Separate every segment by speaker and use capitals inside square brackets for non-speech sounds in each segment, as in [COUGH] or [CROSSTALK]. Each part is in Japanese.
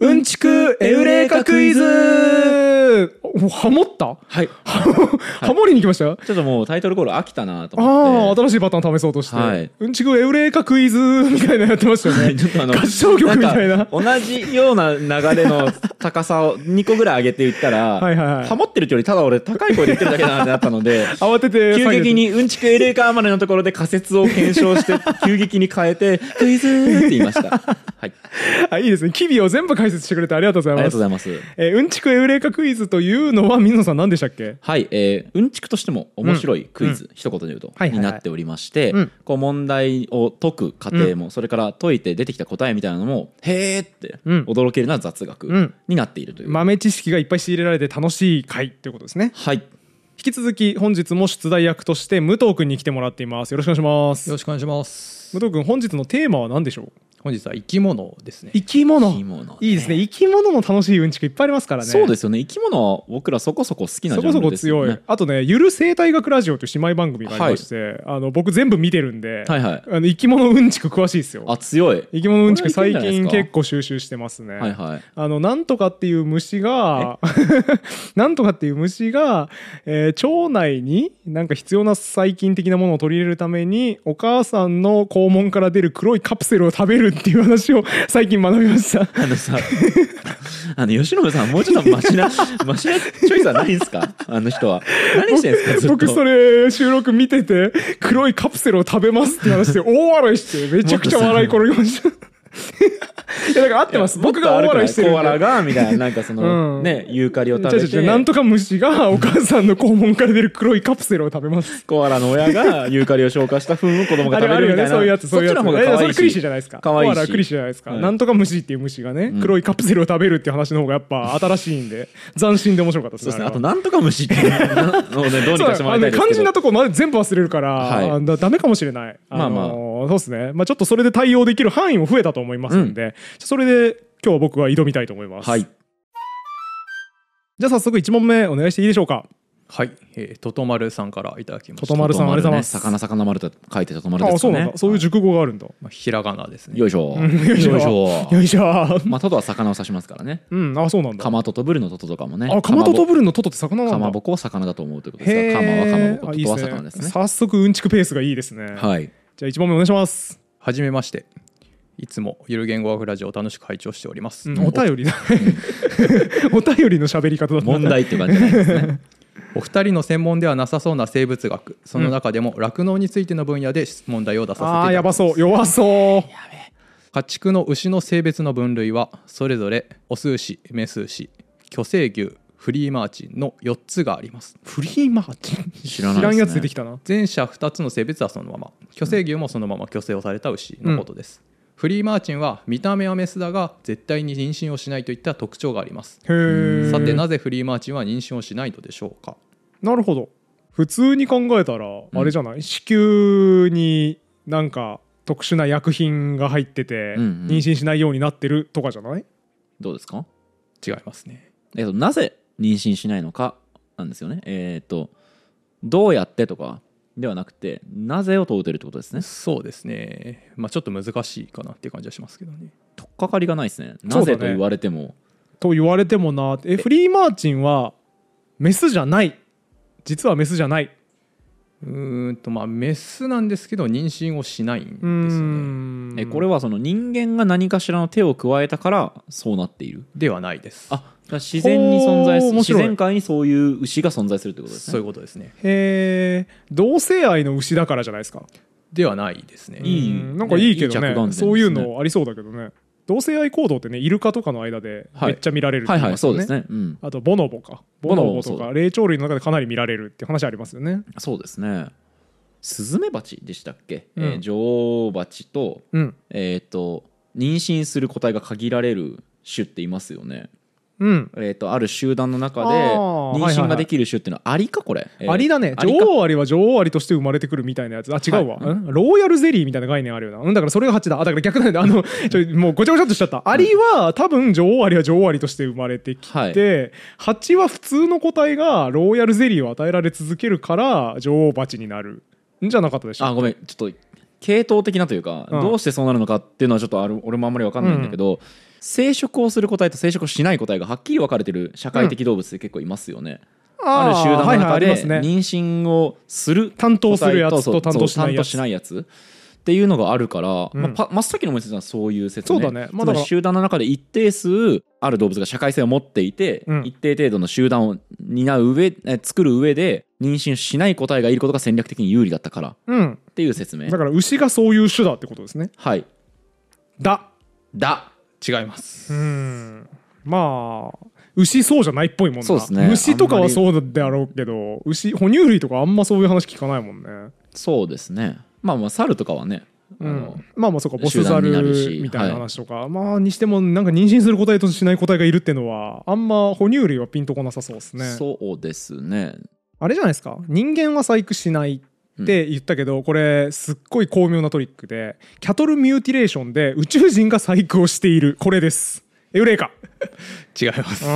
Speaker 1: うんちくエウレカクイズおハモった
Speaker 2: はい。
Speaker 1: ハモりに来ましたよ
Speaker 2: ちょっともうタイトルコール飽きたなと
Speaker 1: あ
Speaker 2: 思
Speaker 1: あ
Speaker 2: って。
Speaker 1: 新しいパターン試そうとして、
Speaker 2: はい
Speaker 1: うんちくエウレカク
Speaker 2: [LAUGHS]
Speaker 1: イズみたいなのやってましたよね
Speaker 2: ちょっとあの
Speaker 1: 合唱曲みたいなん
Speaker 2: か同じような流れの高さを2個ぐらい上げていったら
Speaker 1: はいはいはい
Speaker 2: ハモってるってよりただ俺高い声で言ってるだけだなってなったので
Speaker 1: [LAUGHS] 慌てて
Speaker 2: 急激にうんちくエレカーまでのところで仮説を検証して急激に変えて [LAUGHS] クイズーって言いましたはい
Speaker 1: あいいですね機微を全部解説してくれてありがとうござ
Speaker 2: あ
Speaker 1: い
Speaker 2: りがと
Speaker 1: ま
Speaker 2: う
Speaker 1: す
Speaker 2: ございます
Speaker 1: えーうんちくエウレカクイズというのは水野さん何でしたっけ
Speaker 2: はい、えーうんちくとしても面白いクイズ、一言で言うと、
Speaker 1: はいはいはい
Speaker 2: になっておりまして、
Speaker 1: うん
Speaker 2: こう問題を解く過程も、それから解いて出てきた答えみたいなのもへーって
Speaker 1: うん
Speaker 2: 驚けるような雑
Speaker 1: う
Speaker 2: 学
Speaker 1: ん
Speaker 2: になっているという、
Speaker 1: 豆知識がいっぱい仕入れられて楽しい回ということですね
Speaker 2: はい
Speaker 1: 引き続き本日も出題役として武藤君に来てもらっていますよろしくお願いします
Speaker 3: よろしくお願いします
Speaker 1: 武。藤君本日のテーマは何でしょう
Speaker 3: 本日は生き物ですね。
Speaker 1: 生き物
Speaker 2: 生き物ね
Speaker 1: いいですね生き物も楽しいうんちくいっぱいありますからね
Speaker 2: そうですよね生き物は僕らそこそこ好きな
Speaker 1: そ
Speaker 2: ジャ
Speaker 1: こそ
Speaker 2: ンル
Speaker 1: こ
Speaker 2: ですよ
Speaker 1: 強
Speaker 2: ね
Speaker 1: いあとね「ゆる生態学ラジオ」という姉妹番組がありまして、あの僕全部見てるんで、
Speaker 2: はいはい
Speaker 1: あの生き物うんちく詳しいですよ
Speaker 2: あ強い
Speaker 1: 生き物うんちく
Speaker 2: これ
Speaker 1: 最
Speaker 2: はいけんじゃないです
Speaker 1: 近
Speaker 2: か
Speaker 1: 結構収集してますね、
Speaker 2: はいはい
Speaker 1: あのなんとかっていう虫が [LAUGHS] なんとかっていう虫が、えー腸内になんか必要な細菌的なものを取り入れるためにお母さんの肛門から出る黒いカプセルを食べるっていう話を最近学びました
Speaker 2: あのさ [LAUGHS] あの吉野さんもうちょっとマシなマシなチョイスはないんですかあの人は何してんですかずっと
Speaker 1: [LAUGHS] 僕それ収録見てて黒いカプセルを食べますって話で大笑いしてめちゃくちゃ笑い転げま
Speaker 2: [LAUGHS]
Speaker 1: したいやだから合ってます僕が大笑いしてるん
Speaker 2: コアラ
Speaker 1: で
Speaker 2: がみたいななんかそ
Speaker 1: [LAUGHS]
Speaker 2: の、
Speaker 1: うん
Speaker 2: ねユーカリを
Speaker 1: 違
Speaker 2: 食
Speaker 1: う
Speaker 2: べ
Speaker 1: 違う
Speaker 2: て
Speaker 1: 違うなんとか虫がお母さんの肛門から出る黒いカプセルを食べます
Speaker 2: コアラの親がユーカリを消化した糞を子供が
Speaker 1: あれ
Speaker 2: 食べ
Speaker 1: あ
Speaker 2: る
Speaker 1: る
Speaker 2: み
Speaker 1: よ
Speaker 2: たい
Speaker 1: ね、
Speaker 2: な
Speaker 1: [LAUGHS] そういうやつ、そういうやつ。
Speaker 2: そっちの方
Speaker 1: え
Speaker 2: が可
Speaker 1: そ
Speaker 2: 愛
Speaker 1: れ
Speaker 2: い
Speaker 1: クリシー
Speaker 2: し
Speaker 1: じゃないですか。
Speaker 2: 可愛いし
Speaker 1: コアラはクリシーじゃないですか。
Speaker 2: はい
Speaker 1: なんとか虫っていう虫がね、
Speaker 2: ん
Speaker 1: 黒いカプセルを食べるっていう話の方がやっぱ新しいんで、斬新で面白かったです
Speaker 2: そう
Speaker 1: ね。
Speaker 2: ですね
Speaker 1: あ
Speaker 2: あ
Speaker 1: れは
Speaker 2: となんとか虫っ
Speaker 1: [LAUGHS]
Speaker 2: ていうのをねどうにかしてもらいた
Speaker 1: そうあのね
Speaker 2: いですけど
Speaker 1: 肝心なとこまで全部忘れるから、
Speaker 2: はい
Speaker 1: あのダメかもしれない。
Speaker 2: まあまあ
Speaker 1: のーそうですね。まあちょっとそれで対応できる範囲も増えたと思いますんで、それで今日は僕は挑みたいと思います。
Speaker 2: はい
Speaker 1: じゃあ早速1問目お願いしていいでしょうか。
Speaker 3: はい、えー、ととまるさんからいただきまし
Speaker 1: と
Speaker 3: た。
Speaker 1: とまるさんありがとうございます。
Speaker 2: 魚魚丸と書いてととまる
Speaker 1: あ
Speaker 2: で
Speaker 1: あ、
Speaker 2: す
Speaker 1: そ
Speaker 2: よ
Speaker 1: うなん
Speaker 2: ね
Speaker 1: だ。そういう熟語があるんだ。
Speaker 3: まあ、ひらがなですね。
Speaker 2: よいしょ
Speaker 1: うん [LAUGHS] よいしょよいしょ。
Speaker 2: まあトドは魚を指しますからね
Speaker 1: うん、あ、そうなんだ
Speaker 2: カ。マトトブルのトトとかもね
Speaker 1: あ、かまとと
Speaker 2: ブ
Speaker 1: ブルンのトトって魚なんだ。
Speaker 2: カマボコを魚だと思うということ
Speaker 1: へ
Speaker 2: です
Speaker 1: ー
Speaker 2: がカマはカマボコ
Speaker 1: あ
Speaker 2: ト
Speaker 1: いい
Speaker 2: ト
Speaker 1: っ
Speaker 2: は
Speaker 1: すね
Speaker 2: 魚ですね
Speaker 1: 早速うんちくペースがいいですね。
Speaker 2: はい
Speaker 1: じゃあ一問目お願いします。
Speaker 3: はじめまして。いつもゆる言語学ラジオを楽しく拝聴しております。
Speaker 1: うんお便
Speaker 2: [LAUGHS]
Speaker 1: りだ。お便りの喋り方だった。
Speaker 2: 問。題っていう感じじゃないですね
Speaker 3: おお二人の専門ではなさそうな生物学、その中でも酪農についての分野で質問題を出させていた
Speaker 1: あ
Speaker 3: だきま
Speaker 1: あ
Speaker 3: す。
Speaker 1: やばそう弱そう。
Speaker 3: 家畜の牛の性別の分類はそれぞれオス牛メス牛巨生牛フリーマーチンの4つがあります
Speaker 1: フリーマーチン。
Speaker 2: 知ら
Speaker 1: 知
Speaker 2: ない
Speaker 1: ら
Speaker 2: で
Speaker 1: ん
Speaker 2: すね
Speaker 1: やつ出てきたな。
Speaker 3: 前者2つの性別はそのまま巨生牛もそのまま巨生をされた牛のことです、フリーマーチンは見た目はメスだが絶対に妊娠をしないといった特徴があります
Speaker 1: へえ。
Speaker 3: さてなぜフリーマーチンは妊娠をしないのでしょうか
Speaker 1: なるほど。普通に考えたらあれじゃない。子宮になんか特殊な薬品が入ってて
Speaker 2: うんうん
Speaker 1: 妊娠しないようになってるとかじゃない？
Speaker 2: どうですか
Speaker 3: 違いますね
Speaker 2: えっと、なぜ妊娠しないのかなんですよね。えっと、どうやってとかではなくて、なぜを問うてるってことですね。
Speaker 3: そうですねまあちょっと難しいかなっていう感じはしますけどね
Speaker 2: とっかかりがないですね。
Speaker 1: そうだね
Speaker 2: なぜと言われても。
Speaker 1: と言われてもなえフリーマーチンはメスじゃない実はメスじゃないう
Speaker 3: ーんとまあメスなんですけど妊娠をしないんです
Speaker 1: う
Speaker 3: よね
Speaker 1: ん
Speaker 2: えこれはその人間が何かしらの手を加えたからそうなっている。
Speaker 3: ではないです
Speaker 2: あだから自然に存在す
Speaker 1: ほう面
Speaker 2: る自
Speaker 1: 白い
Speaker 2: 然界にそういう牛が存在するってことです
Speaker 3: そうい
Speaker 2: ね
Speaker 3: う。ことですね。
Speaker 1: へえ同性愛の牛だからじゃないですか
Speaker 3: ではないですね。
Speaker 2: いい
Speaker 1: うんなんかいいけど
Speaker 2: い
Speaker 1: ね
Speaker 2: い着眼点ですね
Speaker 1: そういうのありそうだけどね同性愛行動ってねイルカとかの間で
Speaker 2: はい
Speaker 1: めっちゃ見られるって
Speaker 2: は
Speaker 1: 言い
Speaker 2: いは
Speaker 1: ま
Speaker 2: い、
Speaker 1: すよ
Speaker 2: そうですね。うん、
Speaker 1: あとボノボかボノボと
Speaker 2: ボノボそう
Speaker 1: か
Speaker 2: だ
Speaker 1: 霊長類の中でかなり見られるって話ありますよね
Speaker 2: そうですね。スズメバチでしたっけ、
Speaker 1: うん
Speaker 2: えー女王バチと,、
Speaker 1: うん
Speaker 2: えー、と妊娠する個体が限られる種っていますよね。
Speaker 1: うん
Speaker 2: えー、とある集団の中で
Speaker 1: あー
Speaker 2: 妊
Speaker 1: はいはいは
Speaker 2: 娠
Speaker 1: い
Speaker 2: ができる種っていうのはアリかこれ、えー
Speaker 1: アリだね
Speaker 2: アリか
Speaker 1: 女王アリは女王アリとして生まれてくるみたいなやつあ違うわ、
Speaker 2: はい
Speaker 1: うんローヤルゼリーみたいな概念あるよなうんだからそれが8だあだから逆なんだあのちょもうごちゃごちゃっとしちゃったアリは多分女王アリは女王アリとして生まれてき
Speaker 2: はい
Speaker 1: て、蜂は普通の個体がローヤルゼリーを与えられ続けるから女王蜂になるんじゃなかったでしょ
Speaker 2: あごめんちょっと系統的なというか、
Speaker 1: うん
Speaker 2: どうしてそうなるのかっていうのはちょっとある俺もあんまり分かんないんだけど、生殖をする個体と生殖をしない個体がはっきり分かれてる社会的動物って結構いますよね、ある集団の
Speaker 1: はいはいあ
Speaker 2: 中
Speaker 1: り
Speaker 2: で
Speaker 1: ますね
Speaker 2: 妊娠をする
Speaker 1: 担当するやつと担当し
Speaker 2: そう
Speaker 1: な
Speaker 2: 担
Speaker 1: い
Speaker 2: 当
Speaker 1: や
Speaker 2: し
Speaker 1: つ
Speaker 2: ないやつっていうのがあるから、
Speaker 1: うん
Speaker 2: まあ、パ真っ先の思いついたのはそういう説
Speaker 1: そ
Speaker 2: ね
Speaker 1: うだねまあ
Speaker 2: つまり
Speaker 1: だから
Speaker 2: 集団の中で一定数ある動物が社会性を持っていて、
Speaker 1: うん
Speaker 2: 一定程度の集団を担う上え作る上で妊娠しない個体がいることが戦略的に有利だったから
Speaker 1: うん
Speaker 2: っていう説明
Speaker 1: だから牛がそういう種だってことですね
Speaker 2: はい
Speaker 1: だ
Speaker 2: だ
Speaker 3: 違います、
Speaker 1: うんまあ牛そうじゃないっぽいもんな
Speaker 2: そうですね
Speaker 1: 虫とか
Speaker 2: あんま
Speaker 1: は
Speaker 2: り
Speaker 1: そうであろうけど牛哺乳類とかあんまそういう話聞かないもんね
Speaker 2: そうですねまあまあ猿とかはね、
Speaker 1: う
Speaker 2: あの
Speaker 1: ん、まあまあそうかボス
Speaker 2: 集
Speaker 1: ザ
Speaker 2: 団になるし
Speaker 1: ルみたいな話とか、まあにしてもなんか妊娠する個体としない個体がいるってのはあんま哺乳類はピンとこなさそうですね
Speaker 2: そうですね
Speaker 1: あれじゃないですか人間は細工しないって言ったけど、これすっごい巧妙なトリックでキャトルミューティレーションで宇宙人が細工をしているこれですエウレカ
Speaker 3: 違います
Speaker 1: う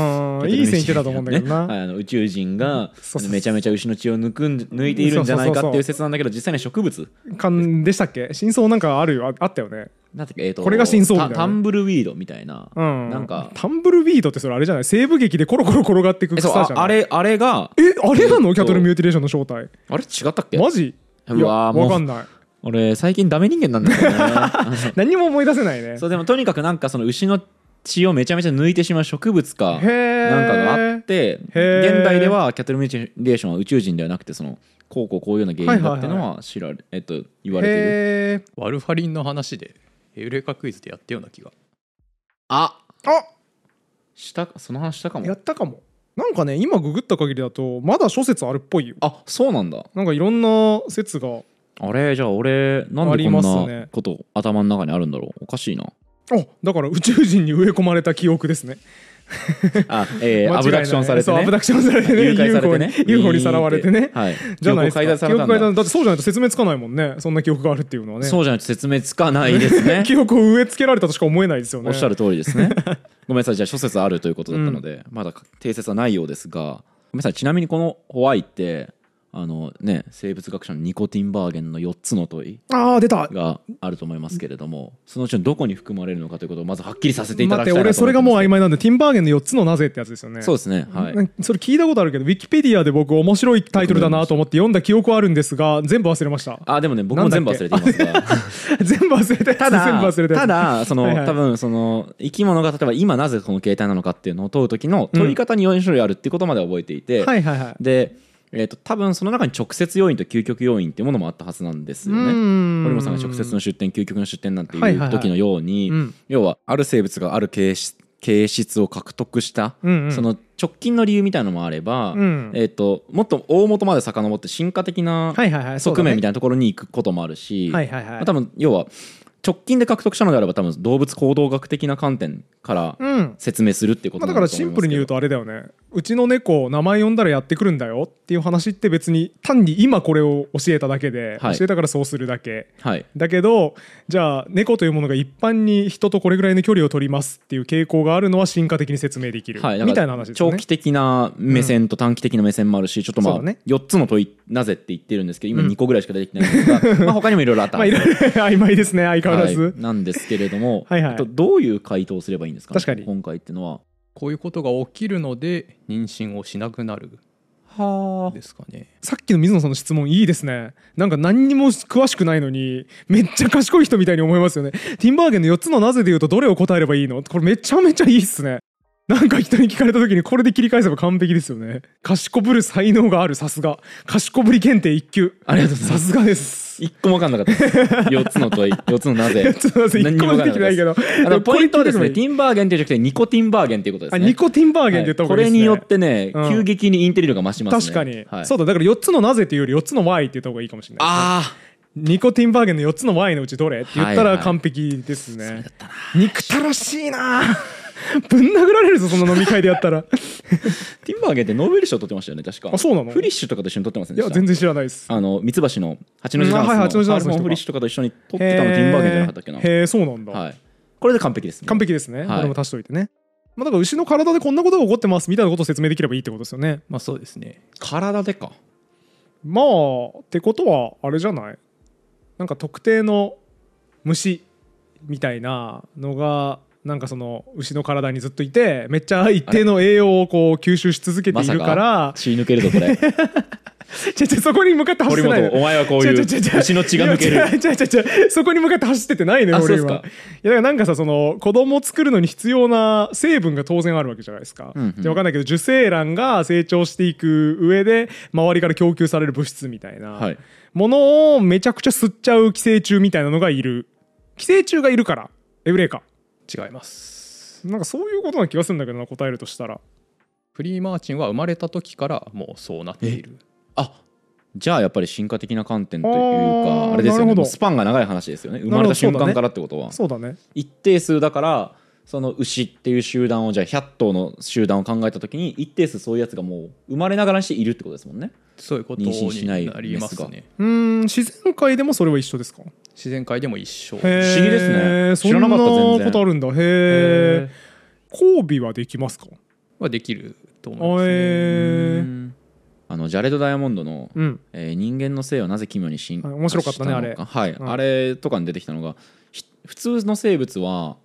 Speaker 1: んいい線いってたと思うんだけどな、
Speaker 2: [LAUGHS] はいあの宇宙人が
Speaker 1: そうそうそう
Speaker 2: めちゃめちゃ牛の血を抜くん抜いているんじゃないかっていう説なんだけど実際には植物
Speaker 1: かんでしたっけ真相なんかあるよああったよね
Speaker 2: なんだっけ、えーと
Speaker 1: これが真相みたいなね
Speaker 2: タタンブルウィードみたいな、
Speaker 1: うん
Speaker 2: なんか
Speaker 1: タンブルビードってそれあれじゃない西部劇でコロコロ転がってく
Speaker 2: え
Speaker 1: 草
Speaker 2: そう
Speaker 1: じゃない
Speaker 2: ああれあれが
Speaker 1: えあれなの、
Speaker 2: えっと
Speaker 1: キャトルミューティレーションの正体
Speaker 2: あれ違ったっけ
Speaker 1: マジいうや
Speaker 2: わーもう
Speaker 1: わかん
Speaker 2: [LAUGHS]
Speaker 1: ない
Speaker 2: 俺最近ダメ人間なんだよ
Speaker 1: [LAUGHS]
Speaker 2: ねあ
Speaker 1: 何にも思い出せないね
Speaker 2: のそうでもとにかくなんかその牛の血をめちゃめちゃ抜いてしまう植物かなんか
Speaker 1: へー
Speaker 2: があって
Speaker 1: へー
Speaker 2: 現代ではキャトルミューティレーションは宇宙人ではなくてそのこうこうこういうような原因だっていうのは知られ、えっと言われてる
Speaker 1: へえ
Speaker 3: ワルファリンの話でエウレカクイズでやったような気が
Speaker 2: あ
Speaker 1: あ
Speaker 2: したその話したか
Speaker 1: や
Speaker 2: も
Speaker 1: ったかもなんかね今ググった限りだとまだ諸説あるっぽいよ
Speaker 2: あそうなんだ
Speaker 1: なんかいろんな説が
Speaker 2: あれじゃあ俺なんでこ
Speaker 1: あります
Speaker 2: んな
Speaker 1: ね
Speaker 2: こと、頭の中にあるんだろうおかしいな
Speaker 1: あだから宇宙人に植え込まれた記憶ですね
Speaker 2: あ、
Speaker 1: [LAUGHS] 間違い
Speaker 2: えー、
Speaker 1: ない
Speaker 2: アブダクションされて
Speaker 1: そう
Speaker 2: ね
Speaker 1: アブダクションされてね
Speaker 2: 誘拐されてね
Speaker 1: UFO に UFO にさらわれてね
Speaker 2: はい
Speaker 1: じゃないですか
Speaker 2: 情報改ざんされたんだ
Speaker 1: 記憶改ざんだってそうじゃないと説明つかないもんねそんな記憶があるっていうのはね
Speaker 2: そうじゃないと説明つかないです
Speaker 1: [LAUGHS]
Speaker 2: ね [LAUGHS]
Speaker 1: 記憶を植え付けられたとしか思えないですよね
Speaker 2: おっしゃる通りで
Speaker 1: [LAUGHS]
Speaker 2: すねごめんなさいじゃあ諸説あるということだったので、まだ定説はないようですがごめんなさいちなみにこのホワイってあのね生物学者のニコティンバーゲンの4つの問い
Speaker 1: ああ出た
Speaker 2: があると思いますけれどもそのうちのどこに含まれるのかということをまずはっきりさせてい
Speaker 1: 待
Speaker 2: ただ
Speaker 1: っ
Speaker 2: き
Speaker 1: て
Speaker 2: たいなと思
Speaker 1: 俺
Speaker 2: って
Speaker 1: それがもう曖
Speaker 2: ま
Speaker 1: 昧なんでティンバーゲンの4つのなぜってやつですよね
Speaker 2: すそうですねはい
Speaker 1: なんかそれ聞いたことあるけどウィキペディアで僕面白いタイトルだなと思って読んだ記憶はあるんですが全部忘れました
Speaker 2: あでもね僕も全部忘れていますが
Speaker 1: [LAUGHS] 全部忘れて
Speaker 2: ただ
Speaker 1: 全部忘れて
Speaker 2: ただその、
Speaker 1: はいはい
Speaker 2: 多分その生き物が例えば今なぜこの形態なのかっていうのを問う時の問い方に4種類あるっていうことまでは覚えていて、
Speaker 1: はいはいはい
Speaker 2: で、えー、と多分その中に直接要因と究極要因っていうものもあったはずなんですよね。堀本さんが直接の出典究極の出典なんてい
Speaker 1: はいはいは
Speaker 2: う
Speaker 1: い
Speaker 2: 時のように、
Speaker 1: うん
Speaker 2: 要はある生物がある形質形質を獲得した、
Speaker 1: うんうん
Speaker 2: その直近の理由みたいなのもあれば、
Speaker 1: うん
Speaker 2: えー、ともっと大元まで遡って進化的な
Speaker 1: はいはいはいそうだ
Speaker 2: 側
Speaker 1: ね
Speaker 2: 面みたいなところに行くこともあるし、
Speaker 1: はいはいはい
Speaker 2: まあ多分要は直近で獲得したのであれば多分動物行動学的な観点から
Speaker 1: うん
Speaker 2: 説明するっていうこ
Speaker 1: ま
Speaker 2: と
Speaker 1: あ、
Speaker 2: な
Speaker 1: だから
Speaker 2: んだと
Speaker 1: シ
Speaker 2: 思い
Speaker 1: ン
Speaker 2: ま
Speaker 1: プ
Speaker 2: す
Speaker 1: ル
Speaker 2: け
Speaker 1: に
Speaker 2: ど
Speaker 1: 言うとあれだよねうちの猫名前呼んだらやってくるんだよっていう話って別に単に今これを教えただけで、
Speaker 2: はい
Speaker 1: 教えたからそうするだけ
Speaker 2: はい
Speaker 1: だけどじゃあ猫というものが一般に人とこれぐらいの距離を取りますっていう傾向があるのは進化的に説明できる、
Speaker 2: はい、だから
Speaker 1: みたいな話ですよ
Speaker 2: 長
Speaker 1: ね
Speaker 2: 期。的な目線と短期的な目線もあるし、ちょっと
Speaker 1: そ
Speaker 2: まあ、
Speaker 1: うだね
Speaker 2: 4つの問いなぜって言ってるんですけど今
Speaker 1: うん
Speaker 2: 2個ぐらいしか出てきてないんですが
Speaker 1: [LAUGHS]
Speaker 2: まあ他にもいろいろあった
Speaker 1: まあいろいろ曖昧ですね相変わらず。
Speaker 2: はいなんですけれども
Speaker 1: はいはい
Speaker 2: えっとどういう回答をすればいいんですか,、
Speaker 1: 確かに
Speaker 2: 今回っていう
Speaker 1: [LAUGHS]
Speaker 2: のは
Speaker 3: こういうことが起きるので妊娠をしなくなる
Speaker 2: は
Speaker 3: ですかね
Speaker 1: さっきの水野さんの質問いいですねなんか何にも詳しくないのにめっちゃ賢い人みたいに思いますよねティンバーゲンの4つのなぜで言うとどれを答えればいいのこれめちゃめちゃいいっすねなんか人に聞かれた時にこれで切り返せば完璧ですよね賢ぶる才能があるさすが賢ぶり検定1級
Speaker 2: ありがとうござい
Speaker 1: さ
Speaker 2: ます
Speaker 1: がです
Speaker 2: 1個も分かんなかったです4つの問い4つのな
Speaker 1: [LAUGHS]
Speaker 2: ぜ
Speaker 1: ちょっと待って
Speaker 2: 何
Speaker 1: 1
Speaker 2: に
Speaker 1: 個
Speaker 2: も
Speaker 1: も
Speaker 2: 分
Speaker 1: 出
Speaker 2: かん
Speaker 1: て
Speaker 2: な
Speaker 1: き
Speaker 2: か
Speaker 1: な
Speaker 2: っ
Speaker 1: いけど
Speaker 2: たですあのポイントはです
Speaker 1: こ
Speaker 2: ね
Speaker 1: れ
Speaker 2: テ
Speaker 1: 聞いて
Speaker 2: ィンバーゲンというじゃなくてニコティンバーゲンということです
Speaker 1: あ
Speaker 2: ね
Speaker 1: ニコティンバーゲンって言った方
Speaker 2: こ
Speaker 1: がいいで
Speaker 2: れ
Speaker 1: すね、
Speaker 2: によってね、
Speaker 1: うん
Speaker 2: 急激にインテリ度が増します
Speaker 1: 確
Speaker 2: ね
Speaker 1: かに、
Speaker 2: はい、
Speaker 1: そうだだから4つのなぜっていうより4つの Y って言った方がいいかもしれないですね
Speaker 2: あ
Speaker 1: ニコティンバーゲンの4つの Y のうちどれって言った
Speaker 2: はい
Speaker 1: ら
Speaker 2: はい
Speaker 1: 完璧ですね、憎たらしいな [LAUGHS] ぶん殴られるぞそんな飲み会でやったら
Speaker 2: [LAUGHS] あティンバーゲンってノーベル賞取ってましたよね確か
Speaker 1: あそうなの
Speaker 2: フリッシュとかと一緒に取ってません
Speaker 1: い
Speaker 2: でし
Speaker 1: や
Speaker 2: た
Speaker 1: 全然知らないです
Speaker 2: あの、三橋の八の字ダンス
Speaker 1: うんあはい八の字ダ
Speaker 2: の
Speaker 1: ン
Speaker 2: ア
Speaker 1: ス
Speaker 2: ル
Speaker 1: の人
Speaker 2: フォン・フリッシュとかと一緒に撮ってたのティンバーゲンじゃなかったっけな。
Speaker 1: へえそうなんだ、
Speaker 2: はい。これで完璧ですね。
Speaker 1: 完璧ですね、
Speaker 2: い
Speaker 1: これも足しといてねまあだから牛の体でこんなことが起こってますみたいなことを説明できればいいってことですよね
Speaker 3: まあそうですね
Speaker 2: 体でか。
Speaker 1: まあってことはあれじゃないなんか特定の虫みたいなのがなんかその牛の体にずっといてめっちゃ一定の栄養をこう吸収し続けて
Speaker 2: ま
Speaker 1: い
Speaker 2: さ
Speaker 1: るか
Speaker 2: から血抜ける
Speaker 1: [LAUGHS]
Speaker 2: ぞこれ
Speaker 1: ちょちょそこに向かって走
Speaker 2: 堀
Speaker 1: ってない
Speaker 2: 本
Speaker 1: の
Speaker 2: お前はこういう牛の血が抜ける
Speaker 1: 違う違う違う違うそこに向かって走ってってないのよ
Speaker 2: あ
Speaker 1: 俺
Speaker 2: そう
Speaker 1: は
Speaker 2: っ
Speaker 1: い
Speaker 2: す
Speaker 1: やだ
Speaker 2: か
Speaker 1: からなんかさその子供を作るのに必要な成分が当然あるわけじゃないですか、
Speaker 2: うんうん
Speaker 1: でわかんないけど受精卵が成長していく上で周りから供給される物質みたいな、
Speaker 2: はい
Speaker 1: ものをめちゃくちゃ吸っちゃう寄生虫みたいなのがいる寄生虫がいるからエブレーカ
Speaker 3: 違います
Speaker 1: なんかそういうことな気がするんだけどな答えるとしたら
Speaker 3: フリーマーチンは生まれた時からもうそうなっている
Speaker 2: あじゃあやっぱり進化的な観点という
Speaker 1: あー
Speaker 2: かあれです
Speaker 1: な
Speaker 2: よ
Speaker 1: るほ
Speaker 2: ね
Speaker 1: ど
Speaker 2: もうスパンが長い話ですよね生
Speaker 1: な
Speaker 2: ま
Speaker 1: る
Speaker 2: れ
Speaker 1: ほどそうだね
Speaker 2: た瞬間からってことは
Speaker 1: そうだね
Speaker 2: 一定数だからその牛っていう集団をじゃあ100頭の集団を考えた時に一定数そういうやつがもう生まれながらにしているってことですもんね
Speaker 3: そういうこと
Speaker 2: 妊娠しない
Speaker 3: になります
Speaker 2: メ
Speaker 3: ね
Speaker 1: うーん自然界でもそれは一緒ですか
Speaker 3: 自然界でも一緒
Speaker 1: へー
Speaker 2: 不思議ですね
Speaker 1: そ
Speaker 2: 知らなかった全
Speaker 1: んな
Speaker 2: 然
Speaker 1: ことあるんだへえ
Speaker 3: え
Speaker 1: 交尾はできますか
Speaker 3: はできると思います、
Speaker 1: へ
Speaker 3: ね、
Speaker 1: え
Speaker 2: あのジャレド・ダイヤモンドの
Speaker 1: うん
Speaker 2: えー人間の性はなぜ奇妙に進化
Speaker 1: はい面白かったね
Speaker 2: したのはい、
Speaker 1: うん
Speaker 2: あれとかに出てきたのがひ普通の生物は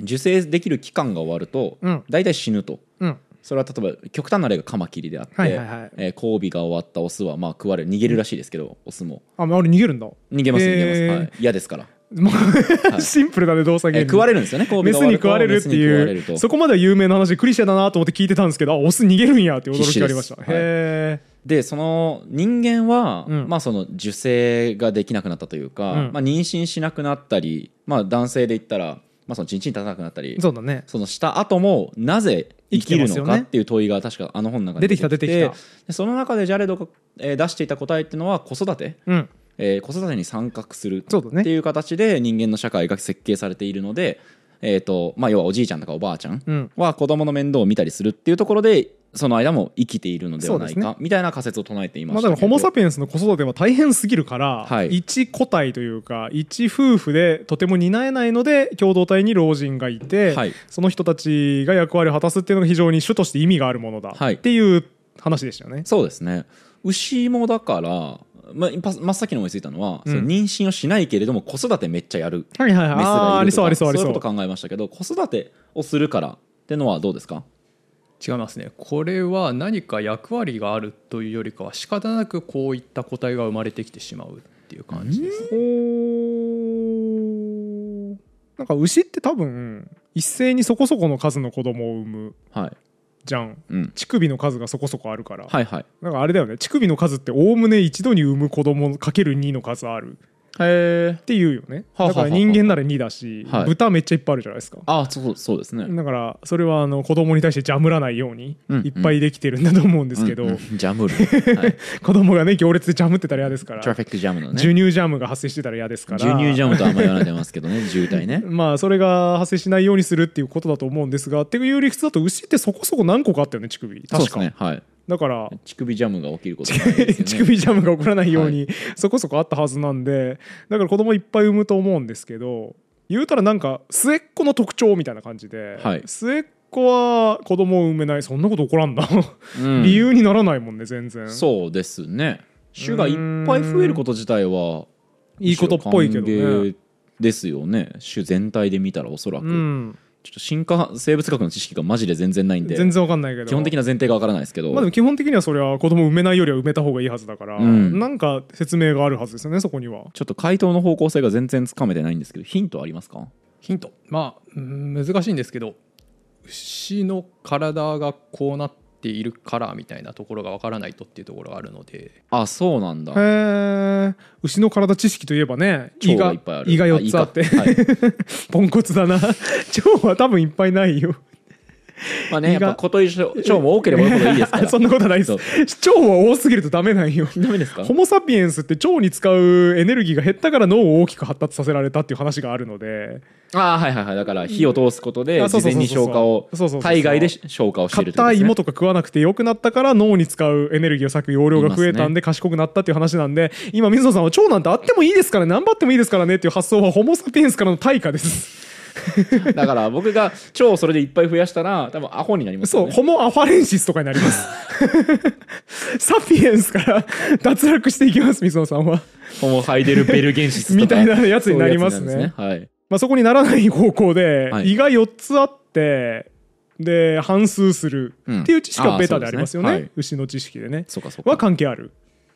Speaker 2: 受精できる期間が終わると、
Speaker 1: うん
Speaker 2: 大体死ぬと
Speaker 1: うん
Speaker 2: それは例えば極端な例がカマキリであって、
Speaker 1: はいはいはい
Speaker 2: えー交尾が終わったオスはまあ食われる逃げるらしいですけど、オスも
Speaker 1: あまああれ逃げるんだ
Speaker 2: 逃げます
Speaker 1: へー
Speaker 2: 逃げます、はい、嫌ですから、
Speaker 1: まあ [LAUGHS] シンプルだね動作
Speaker 2: えー
Speaker 1: 芸
Speaker 2: 食わ
Speaker 1: れ
Speaker 2: れるんですよね交尾
Speaker 1: メ
Speaker 2: が
Speaker 1: ス
Speaker 2: 終わ
Speaker 1: に
Speaker 2: ると
Speaker 1: 食われるって
Speaker 2: メスに食われ
Speaker 1: い
Speaker 2: ると
Speaker 1: うそこまでは有名な話クリシェだなと思って聞いてたんですけどあオス逃げるんやって驚きがありました
Speaker 2: 必死ですはい
Speaker 1: へえ
Speaker 2: でその人間は、
Speaker 1: うん
Speaker 2: まあ、その受精ができなくなったというか、
Speaker 1: うん
Speaker 2: まあ、妊娠しなくなったり、まあ、男性で言ったら、まあ、そのチンチン立たなくなったり
Speaker 1: そうだね
Speaker 2: そのした後もなぜ生き
Speaker 1: 生きて
Speaker 2: るの
Speaker 1: ます
Speaker 2: か
Speaker 1: よね
Speaker 2: っていう問いが確かあの本の中に
Speaker 1: 出てきた出てきた
Speaker 2: でその中でジャレドがえー出していた答えっていうのは子育て、
Speaker 1: うん
Speaker 2: えー子育てに参画する
Speaker 1: そうだね
Speaker 2: っていう形で人間の社会が設計されているので、えーとまあ、要はおじいちゃんとかおばあちゃん
Speaker 1: うん
Speaker 2: は子供の面倒を見たりするっていうところでその間も生きているのではない
Speaker 1: そうで
Speaker 2: か、
Speaker 1: すね
Speaker 2: みたいな仮説を唱えていま
Speaker 1: まあ、
Speaker 2: し
Speaker 1: だから
Speaker 2: たけど
Speaker 1: ホモ・サピエンスの子育ては大変すぎるから、
Speaker 2: はい
Speaker 1: 一個体というか一夫婦でとても担えないので共同体に老人がいて、
Speaker 2: はい
Speaker 1: その人たちが役割を果たすっていうのが非常に主として意味があるものだ
Speaker 2: はい
Speaker 1: っていう話でしたよね。
Speaker 2: そうですね牛もだから、まあ、パス真っ先に思いついたのは、
Speaker 1: うん
Speaker 2: その妊娠をしないけれども子育てめっちゃやる
Speaker 1: はいはいはい、
Speaker 2: メス
Speaker 1: あーあ
Speaker 2: がいる
Speaker 1: り
Speaker 2: と
Speaker 1: そう
Speaker 2: か
Speaker 1: ありそうあり
Speaker 2: そ
Speaker 1: そ
Speaker 2: うい
Speaker 1: うう
Speaker 2: こと考えましたけど子育てをするからってのはどうですか
Speaker 3: 違いますねこれは何か役割があるというよりかは仕方なくこういった個体が生まれてきてしまうっていう感じですね
Speaker 1: ほーなんか牛って多分一斉にそこそこの数の子供を産む
Speaker 2: はい、
Speaker 1: じゃん
Speaker 2: うん、
Speaker 1: 乳首の数がそこそこあるから、
Speaker 2: はいはい
Speaker 1: なんかあれだよね乳首の数っておおむね一度に産む子供かける2の数ある
Speaker 2: へえ
Speaker 1: っていうよね
Speaker 2: はあはあ
Speaker 1: だ
Speaker 2: は
Speaker 1: か
Speaker 2: あ
Speaker 1: ら人間なら2だし、
Speaker 2: はい
Speaker 1: 豚めっちゃいっぱいあるじゃないですか
Speaker 2: あそうそうですね
Speaker 1: だからそれはあの子供に対してジャムらないように
Speaker 2: うんうん
Speaker 1: いっぱいできてるんだと思うんですけど、
Speaker 2: うんうんジャムル、
Speaker 1: [LAUGHS]
Speaker 2: はい、
Speaker 1: 子供がね行列でジャムってたら嫌ですから
Speaker 2: トラフィックジャムのね
Speaker 1: 授乳ジャムが発生してたら嫌ですから
Speaker 2: 授乳ジャムとあんまり言われてますけどね渋滞ね
Speaker 1: まあそれが発生しないようにするっていうことだと思うんですがっていう理屈だと牛ってそこそこ何個かあったよね乳首
Speaker 2: そう
Speaker 1: 確
Speaker 2: です
Speaker 1: か、
Speaker 2: ねはい
Speaker 1: だから
Speaker 2: 乳首ジャムが起きることないですよね
Speaker 1: [LAUGHS] 乳首ジャムが起こらないように、そこそこあったはずなんでだから子供いっぱい産むと思うんですけど言うたらなんか末っ子の特徴みたいな感じで、
Speaker 2: はい
Speaker 1: 末っ子は子供を産めないそんなこと起こらんな
Speaker 2: う
Speaker 1: [LAUGHS]
Speaker 2: ん
Speaker 1: 理由にならないもんね全然、
Speaker 2: そうですね種がいっぱい増えること自体はい
Speaker 1: いことっぽいけどね
Speaker 2: むしろ歓迎ですよね種全体で見たらおそらく、
Speaker 1: うん、
Speaker 2: ちょっと進化生物学の知識がマジで全然ないんで
Speaker 1: 全然わかんないけど
Speaker 2: 基本的な前提がわからないですけど、
Speaker 1: まあでも基本的にはそれは子供産めないよりは埋めた方がいいはずだから、
Speaker 2: うん
Speaker 1: なんか説明があるはずですよねそこには
Speaker 2: ちょっと回答の方向性が全然つかめてないんですけどヒントありますか
Speaker 3: ヒントまあうん難しいんですけど牛の体がこうなっているからみたいなところがわからないとっていうところがあるので
Speaker 2: あそうなんだ
Speaker 1: へー牛の体知識といえばね胃
Speaker 2: 腸
Speaker 1: が
Speaker 2: がいっぱいある
Speaker 1: 胃が4つあって
Speaker 2: 胃かはい
Speaker 1: ポンコツだな腸は多分いっぱいないよ
Speaker 2: まあね
Speaker 1: 胃
Speaker 2: やっ
Speaker 1: が
Speaker 2: ぱこと一緒腸も多ければ多いほどいいで
Speaker 1: [LAUGHS]
Speaker 2: すから
Speaker 1: そんなことはないです
Speaker 2: そう
Speaker 1: 腸は多すぎるとダメなんよ
Speaker 2: [LAUGHS] ダメですか
Speaker 1: ホモ・サピエンスって腸に使うエネルギーが減ったから脳を大きく発達させられたっていう話があるので
Speaker 2: ああはいはいはいだから火を通すことで
Speaker 1: あそう
Speaker 2: 事
Speaker 1: そう
Speaker 2: 前
Speaker 1: そうそう
Speaker 2: に消化を
Speaker 1: そうそうそうそう
Speaker 2: 体外で消化をしてい
Speaker 1: 買
Speaker 2: る
Speaker 1: っ
Speaker 2: ということ
Speaker 1: た
Speaker 2: ですね
Speaker 1: 芋とか食わなくて良くなったから脳に使うエネルギーを割く容量が増えたんで賢くなったっていう話なんで今水野さんは腸なんてあってもいいですからね頑張ってもいいですからねっていう発想はホモ・サピエンスからの対価です
Speaker 2: だから僕が腸をそれでいっぱい増やしたら多分アホになりますよ
Speaker 1: そう
Speaker 2: ね
Speaker 1: ホモ・アファレンシスとかになります [LAUGHS] サピエンスから [LAUGHS] 脱落していきます水野さんは
Speaker 2: ホモハイデルベルゲンシスとか
Speaker 1: みたいなやつになりますね
Speaker 2: そういうやつになるんですねはい
Speaker 1: まあ、そこにならない方向で
Speaker 2: はい
Speaker 1: 胃が4つあってで半数する
Speaker 2: うん
Speaker 1: っていう知識はベタでありますよね,、
Speaker 2: あーそうですねはい
Speaker 1: 牛の知識でね
Speaker 2: そうかそうか
Speaker 1: は関係ある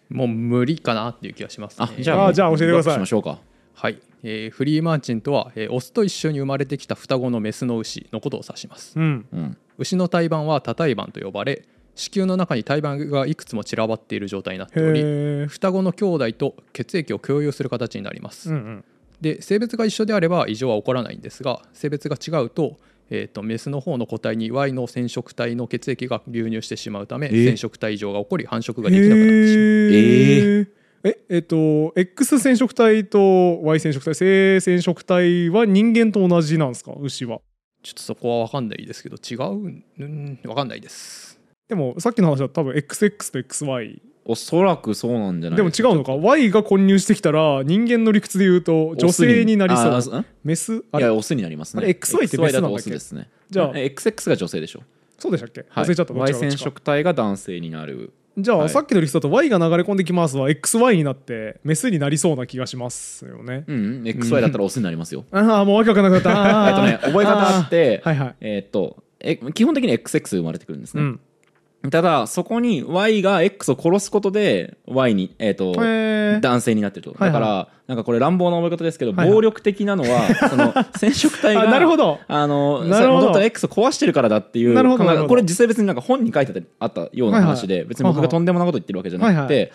Speaker 3: もう無理かなっていう気がしますね
Speaker 2: あじゃあ
Speaker 1: あーじゃあ教えてください
Speaker 2: バックしましょうか
Speaker 3: はい、えーフリーマーチンとは、えーオスと一緒に生まれてきた双子のメスの牛のことを指します
Speaker 1: うん
Speaker 2: うん
Speaker 3: 牛の胎盤は多胎盤と呼ばれ子宮の中に胎盤がいくつも散らばっている状態になっており
Speaker 1: へえ、
Speaker 3: 双子の兄弟と血液を共有する形になります、
Speaker 1: うんうん、
Speaker 3: で性別が一緒であれば異常は起こらないんですが性別が違うと,、えー、とメスの方の個体に Y の染色体の血液が流入してしまうため、
Speaker 2: えー
Speaker 3: 染色体異常が起こり繁殖ができなくなってしま
Speaker 1: へ
Speaker 3: う
Speaker 1: ーええっと X 染色体と Y 染色体性染色体は人間と同じなんですか牛は
Speaker 3: ちょっとそこは分かんないですけど違うんうん分かんないです
Speaker 1: でもさっきの話は多分 XX と XY
Speaker 2: おそらくそうなんじゃない
Speaker 1: でも違うのか Y が混入してきたら人間の理屈で言うと女性になり
Speaker 2: オ
Speaker 1: そ
Speaker 2: ス
Speaker 1: う
Speaker 2: にあー
Speaker 1: メス
Speaker 2: うん
Speaker 1: あ
Speaker 2: いや
Speaker 1: れ
Speaker 2: オスになりますね
Speaker 1: あれ XY ってメスなんだっけ
Speaker 2: だとオスですね
Speaker 1: じゃあ
Speaker 2: え XX が女性でしょ
Speaker 1: そうでしたっけ
Speaker 2: はい
Speaker 1: 忘れちゃったどっ
Speaker 2: Y
Speaker 1: ちかどっ
Speaker 2: 染
Speaker 1: ちか
Speaker 2: 色体が男性になる
Speaker 1: じゃ
Speaker 2: は
Speaker 1: あ
Speaker 2: い
Speaker 1: さっきの理屈だと Y が流れ込んできますは XY になってメスになりそうな気がしますよね
Speaker 2: うんうん XY だったらオスになりますよ
Speaker 1: ああもうわけわかんなくなった
Speaker 2: [LAUGHS] えっ
Speaker 1: [LAUGHS]
Speaker 2: と
Speaker 1: あー
Speaker 2: ね覚え方あって
Speaker 1: あーはいはい
Speaker 2: えーっとえ基本的に XX 生まれてくるんです
Speaker 1: う
Speaker 2: ね
Speaker 1: ん
Speaker 2: ただそこに Y が X を殺すことで Y にえーっと
Speaker 1: へー
Speaker 2: 男性になってると
Speaker 1: はいは
Speaker 2: だ
Speaker 1: い
Speaker 2: からなんかこれ乱暴な覚え方ですけど
Speaker 1: はいはい
Speaker 2: 暴力的なの
Speaker 1: [LAUGHS]
Speaker 2: はその染色体が
Speaker 1: あなるほど
Speaker 2: あの
Speaker 1: なるほど
Speaker 2: もともと X を壊してるからだっていう
Speaker 1: なるほど
Speaker 2: 考え
Speaker 1: なるほど
Speaker 2: これ実際別になんか本に書いてあったような話で別に僕がとんでもないこと言ってるわけじゃなく
Speaker 1: はいは
Speaker 2: て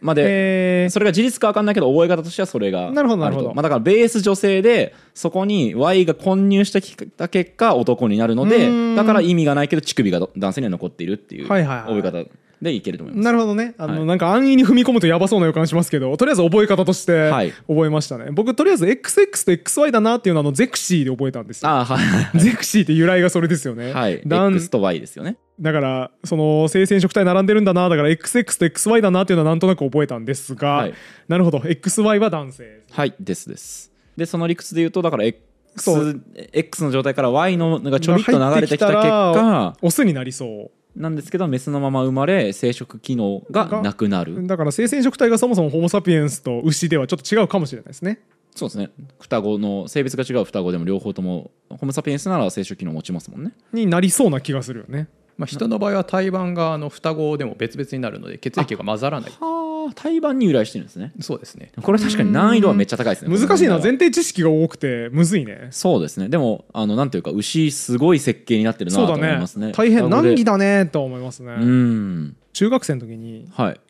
Speaker 2: まあで
Speaker 1: へー
Speaker 2: それが事実か分かんないけど覚え方としてはそれがあると
Speaker 1: なるほどなるほど
Speaker 2: まあ、だからベース女性でそこに Y が混入してきた結果男になるの
Speaker 1: うー
Speaker 2: で
Speaker 1: ん
Speaker 2: だから意味がないけど乳首が男性には残っているっていう
Speaker 1: はいはいはい
Speaker 2: 覚え方でいけると思います、
Speaker 1: なるほどねあの、
Speaker 2: はい
Speaker 1: なんか安易に踏み込むとやばそうな予感しますけどとりあえず覚え方として
Speaker 2: はい
Speaker 1: 覚えましたね、僕とりあえず XX と XY だなっていうのはあのゼクシーで覚えたんですよ
Speaker 2: ああはいは
Speaker 1: ゼクシーって由来がそれですよね、[LAUGHS]
Speaker 2: い、はい、
Speaker 1: だん
Speaker 2: X と Y ですよね
Speaker 1: だからその性染色体並んでるんだなだから XX と XY だなっていうのはなんとなく覚えたんですが、
Speaker 2: はい
Speaker 1: なるほど XY は男性
Speaker 2: はいですですでその理屈で言うとだから X,
Speaker 1: そう
Speaker 2: X の状態から Y のがちょびっと流れてきた結
Speaker 1: が
Speaker 2: 果
Speaker 1: オスになりそう
Speaker 2: なんですけどメスのまま生まれ生殖機能がなくなる
Speaker 1: だから性染色体がそもそもホモ・サピエンスと牛ではちょっと違うかもしれないですね
Speaker 2: そうですね双子の性別が違う双子でも両方ともホモ・サピエンスなら生殖機能持ちますもんね
Speaker 1: になりそうな気がするよね
Speaker 3: まあ、人の場合は胎盤があの双子でも別々になるので血液が混ざらない
Speaker 2: はあ胎盤に由来してるんですね
Speaker 3: そうですね
Speaker 2: これ確かに難易度はめっちゃ高いですね
Speaker 1: 難しいな
Speaker 2: この問題は
Speaker 1: 前提知識が多くてむずいね
Speaker 2: そうですねでもあのなんというか牛すごい設計になってるな
Speaker 1: そ
Speaker 2: と
Speaker 1: うだ
Speaker 2: 思い
Speaker 1: ね
Speaker 2: ますね
Speaker 1: 大変難儀
Speaker 2: だ
Speaker 1: だねとは思いますね、
Speaker 2: うん
Speaker 1: 中学生の時に
Speaker 2: はい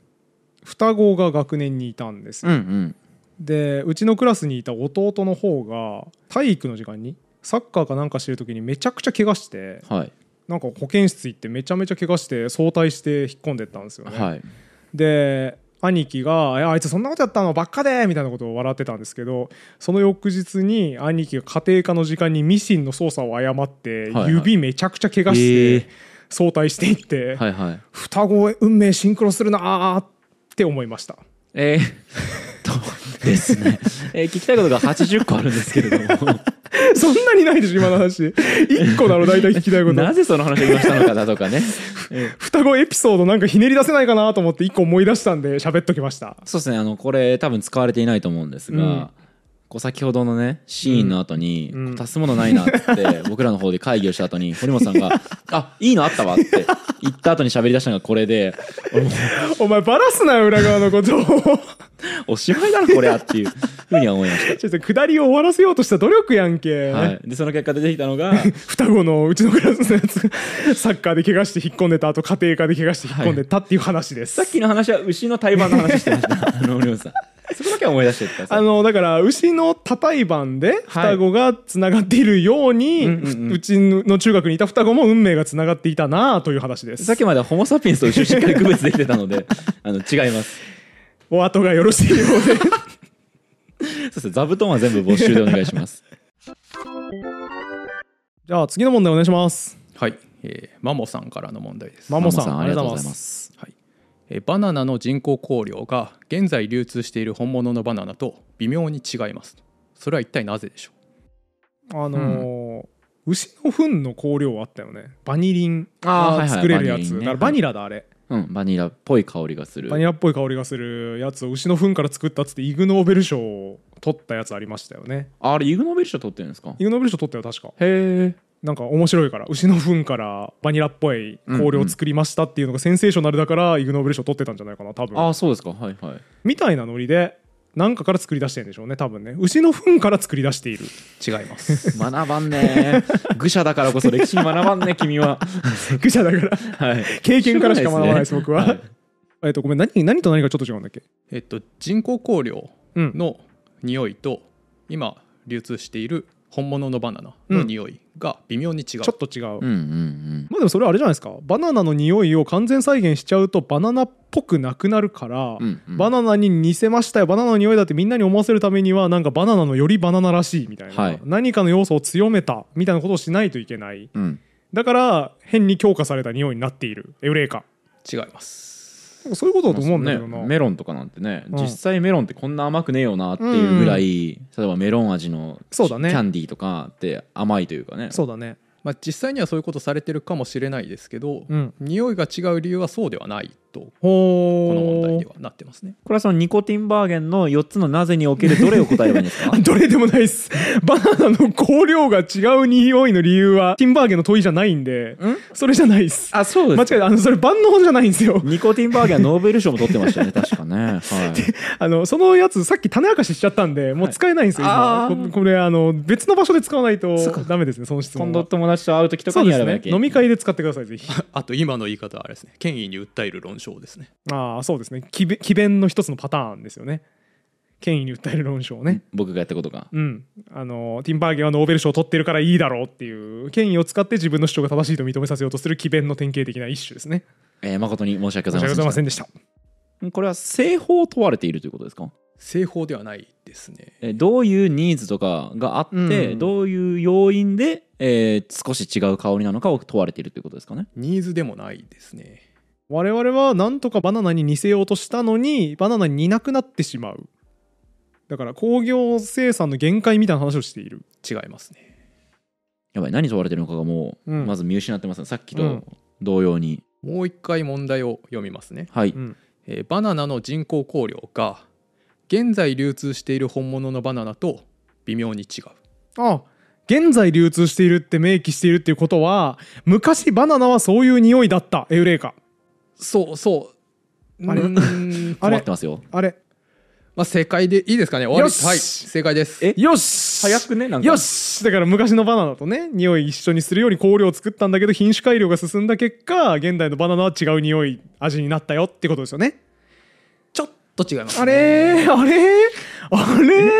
Speaker 1: 双子が学年にいたんです
Speaker 2: うんうん
Speaker 1: でうちのクラスにいた弟の方が体育の時間にサッカーかなんかしてる時にめちゃくちゃ怪我して
Speaker 2: はい
Speaker 1: なんか保健室行ってめちゃめちゃ怪我して早退して引っ込んでったんですよね、
Speaker 2: はい
Speaker 1: で兄貴が「えあいつそんなことやったのばっかで」みたいなことを笑ってたんですけどその翌日に兄貴が家庭科の時間にミシンの操作を誤って、
Speaker 2: はいはい
Speaker 1: 指めちゃくちゃ怪我して、
Speaker 2: えー
Speaker 1: 早退していって、
Speaker 2: はいはい
Speaker 1: 双子運命シンクロするなーって思いました
Speaker 2: えー [LAUGHS] とですね、えー聞きたいことが80個あるんですけれ [LAUGHS] ども
Speaker 1: そんなにないでしょ今の話1個だろ大体聞きたいこと
Speaker 2: なぜその話を言いましたのかだとかね、えー
Speaker 1: 双子エピソードなんかひねり出せないかなと思って1個思い出したんで喋っときました
Speaker 2: そうですねあのこれ多分使われていないと思うんですが、
Speaker 1: うん
Speaker 2: こう先ほどのねシーンの後に、
Speaker 1: うん
Speaker 2: こう足すものないなっつって [LAUGHS] 僕らの方で会議をした後に堀本さんが「あいいのあったわ」って言った後に喋り出したのがこれで [LAUGHS] 俺も
Speaker 1: お前バラすなよ裏側のこと
Speaker 2: [LAUGHS]
Speaker 1: を
Speaker 2: おしまいだなこれはっていうふうには思いまし
Speaker 1: ちょっと下りを終わらせようとした努力やんけ、
Speaker 2: た、はい、でその結果出てきたの [LAUGHS] が
Speaker 1: 双子のうちのクラスのやつ [LAUGHS] がサッカーで怪我して引っ込んでた後家庭科で怪我して引っ込んでたっていう話です、
Speaker 2: さっきの話は牛の胎盤の話してま [LAUGHS] したあの堀本さんそこだけは思い出してってください
Speaker 1: あのだから牛の多胎盤で双子がつながっているように、
Speaker 2: うんうんうん
Speaker 1: ふうちの中学にいた双子も運命がつながっていたなあという話です
Speaker 2: さっきまではホモ・サピエンスと牛をしっかり区別できてたのであの違います
Speaker 1: お後がよろしいようで
Speaker 2: [LAUGHS] そうですね座布団は全部没収でお願いし [LAUGHS] ます
Speaker 1: じゃあ次の問題お願いします
Speaker 3: はい、えーマモさんからの問題です、
Speaker 1: マモさん
Speaker 2: マモさん
Speaker 1: あ
Speaker 2: あ
Speaker 1: り
Speaker 2: り
Speaker 1: が
Speaker 2: が
Speaker 1: と
Speaker 2: と
Speaker 1: うござい
Speaker 2: うござい
Speaker 1: ま
Speaker 2: ますす
Speaker 3: はいえーバナナの人工香料が現在流通している本物のバナナと微妙に違いますそれは一体なぜでしょ
Speaker 1: あのー牛の糞の香料あったよねバニリン
Speaker 2: あーはいは
Speaker 1: が
Speaker 2: い
Speaker 1: 作れるや
Speaker 2: バニ
Speaker 1: つ
Speaker 2: リン
Speaker 1: だ
Speaker 2: ね
Speaker 1: からバニラだあれ
Speaker 2: うん、バニラっぽい香りがする
Speaker 1: バニラっぽい香りがするやつを牛の糞から作ったっつってイグ・ノーベル賞を取ったやつありましたよね
Speaker 2: あれイグノーベル賞取ってるんですか
Speaker 1: イグノーベル賞取ったよ確か
Speaker 2: へえ
Speaker 1: なんか面白いから牛の糞からバニラっぽい香料を作りましたっていうのがセンセーショナルだからイグノーベル賞取ってたんじゃないかな多分
Speaker 2: ああそうですかはいはい
Speaker 1: みたいなノリでなんかから作り出してるんでしょうね多分ね牛の糞から作り出している
Speaker 3: 違いま
Speaker 1: [LAUGHS]
Speaker 3: す
Speaker 2: 学ばんねー愚者だからこそ歴史に学ばんね君は
Speaker 1: 愚者だから
Speaker 2: [LAUGHS] はい
Speaker 1: [LAUGHS] 経験からしか学ばないです
Speaker 2: ね
Speaker 1: 僕は、
Speaker 2: はい
Speaker 1: えっとごめん何何と何がちょっと違うんだっけ
Speaker 3: えっと人工香料
Speaker 1: うん
Speaker 3: の匂いと今流通している本物のバナナの匂いが微妙に違う、
Speaker 1: ちょっと違う、
Speaker 2: うんうんうん
Speaker 1: まあでもそれはあれじゃないですかバナナの匂いを完全再現しちゃうとバナナっぽくなくなるから、
Speaker 2: うんうん
Speaker 1: バナナに似せましたよバナナの匂いだってみんなに思わせるためにはなんかバナナのよりバナナらしいみたいな、
Speaker 2: はい
Speaker 1: 何かの要素を強めたみたいなことをしないといけない
Speaker 2: うん
Speaker 1: だから変に強化された匂いになっているエウレカ
Speaker 3: 違います
Speaker 1: そういうことだと思うんだ
Speaker 2: ね
Speaker 1: けどな、
Speaker 2: メロンとかなんてね、
Speaker 1: うん
Speaker 2: 実際メロンってこんな甘くねえよなっていうぐらい、例えばメロン味の
Speaker 1: そうだね
Speaker 2: キャンディーとかって甘いというかね
Speaker 1: そうだね
Speaker 3: まあ、実際にはそういうことされてるかもしれないですけど、
Speaker 1: うん
Speaker 3: 匂いが違う理由はそうではないと
Speaker 1: ほ
Speaker 3: こ
Speaker 1: ー
Speaker 3: の問題ではなってますね
Speaker 2: これはそのニコティンバーゲンの4つのなぜにおけるどれを答えればいいんですか
Speaker 1: どれでもないです。 [LAUGHS] バナナの香料が違う匂いの理由は、ティンバーゲンの問いじゃないんで、それじゃないです。
Speaker 2: [LAUGHS] あそう
Speaker 1: 間違えた。あの、それ万能じゃないんですよ。
Speaker 2: ニコティンバーゲンはノーベル賞も取ってましたよね確かね、はい、
Speaker 1: あの、そのやつ、さっき種明かししちゃったんで、もう使えないんですよ、
Speaker 2: はいあ
Speaker 1: 今
Speaker 2: ー
Speaker 1: こ。これ、あの、別の場所で使わないとダメですね、その質問
Speaker 2: 今
Speaker 1: は。
Speaker 2: 度友達と会う時と
Speaker 1: そ
Speaker 2: か
Speaker 1: う
Speaker 2: に
Speaker 1: で
Speaker 2: や
Speaker 1: す
Speaker 2: ればいいわ
Speaker 1: ね。
Speaker 2: け
Speaker 1: 飲み会で使ってください、ぜ
Speaker 2: [LAUGHS]
Speaker 1: ひ。
Speaker 3: [LAUGHS] あと今の言い方はあれですね権威に訴える論証ですね
Speaker 1: ああ、そうですね。奇弁奇弁の一つのパターンですよね。権威に訴える論証をね。
Speaker 2: 僕がやったことが
Speaker 1: うん、あのティンバーゲンはノーベル賞を取ってるからいいだろうっていう権威を使って自分の主張が正しいと認めさせようとする奇弁の典型的な一種ですね。
Speaker 2: えー誠に申し訳
Speaker 1: 申し
Speaker 2: ござ
Speaker 1: 訳
Speaker 2: いま
Speaker 1: ご
Speaker 2: せ
Speaker 1: ざい
Speaker 2: ん
Speaker 1: ませんでした。
Speaker 2: これは製法を問われているということですか、
Speaker 3: 製法ではないですね
Speaker 2: えーどういうニーズとかがあって、
Speaker 1: うん
Speaker 2: どういう要因で、えー少し違う香りなのかを問われているということですかね
Speaker 3: ニーズでもないですね
Speaker 1: 我々はなんとかバナナに似せようとしたのにバナナに似なくなってしまう。だから工業生産の限界みたいな話をしている。
Speaker 3: 違いますね
Speaker 2: やばい何問われてるのかがもう、
Speaker 1: うん
Speaker 2: まず見失ってますねさっき
Speaker 1: う
Speaker 2: と
Speaker 1: ん
Speaker 2: 同様に、
Speaker 3: もう一回問題を読みますね、
Speaker 2: はい、
Speaker 1: うん
Speaker 3: えーバナナの人工香料が現在流通している本物のバナナと微妙に違う
Speaker 1: ああ現在流通しているって明記しているっていうことは昔バナナはそういう匂いだったエウレーカ。
Speaker 3: そうそう
Speaker 1: あれ
Speaker 3: うーん
Speaker 1: あ
Speaker 2: 困
Speaker 1: れ
Speaker 2: ってますよ
Speaker 1: あれ
Speaker 3: [LAUGHS] まあ正解でいいですかね終わ
Speaker 1: よ
Speaker 3: り
Speaker 1: し
Speaker 3: はい正解です
Speaker 2: え
Speaker 1: よし
Speaker 2: 早くねなんか
Speaker 1: よしだから昔のバナナとね匂い一緒にするように香料を作ったんだけど品種改良が進んだ結果現代のバナナは違う匂い味になったよってことですよね
Speaker 3: ちょっと違います
Speaker 1: あれーあれーあれー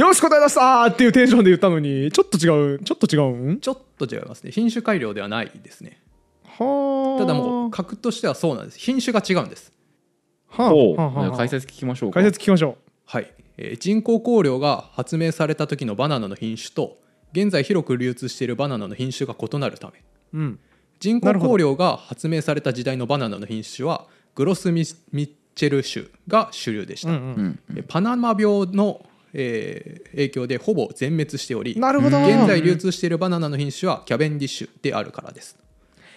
Speaker 1: よし答え出したーっていうテンションで言ったのにちょっと違うちょっと違うん
Speaker 3: ちょっと違いますね品種改良ではないですね
Speaker 1: はあ
Speaker 3: ただもう
Speaker 1: は
Speaker 3: 格としてはそうなんです品種が違うんです
Speaker 1: あ
Speaker 2: ほう
Speaker 1: はあはあ
Speaker 2: 解説聞きましょうか
Speaker 1: 解説聞きましょ
Speaker 3: はい、えー人工香料が発明された時のバナナの品種と現在広く流通しているバナナの品種が異なるため
Speaker 1: ううん
Speaker 3: 人工
Speaker 1: なるほど
Speaker 3: 香料が発明された時代のバナナの品種はグロスミミッチェル種が主流でし
Speaker 1: う
Speaker 3: た、
Speaker 1: ん
Speaker 2: うん
Speaker 3: えパナマ病の、えー影響でほぼ全滅しており
Speaker 1: うんなるほど
Speaker 3: 現在流通しているバナナの品種はキャベンディッシュであるからです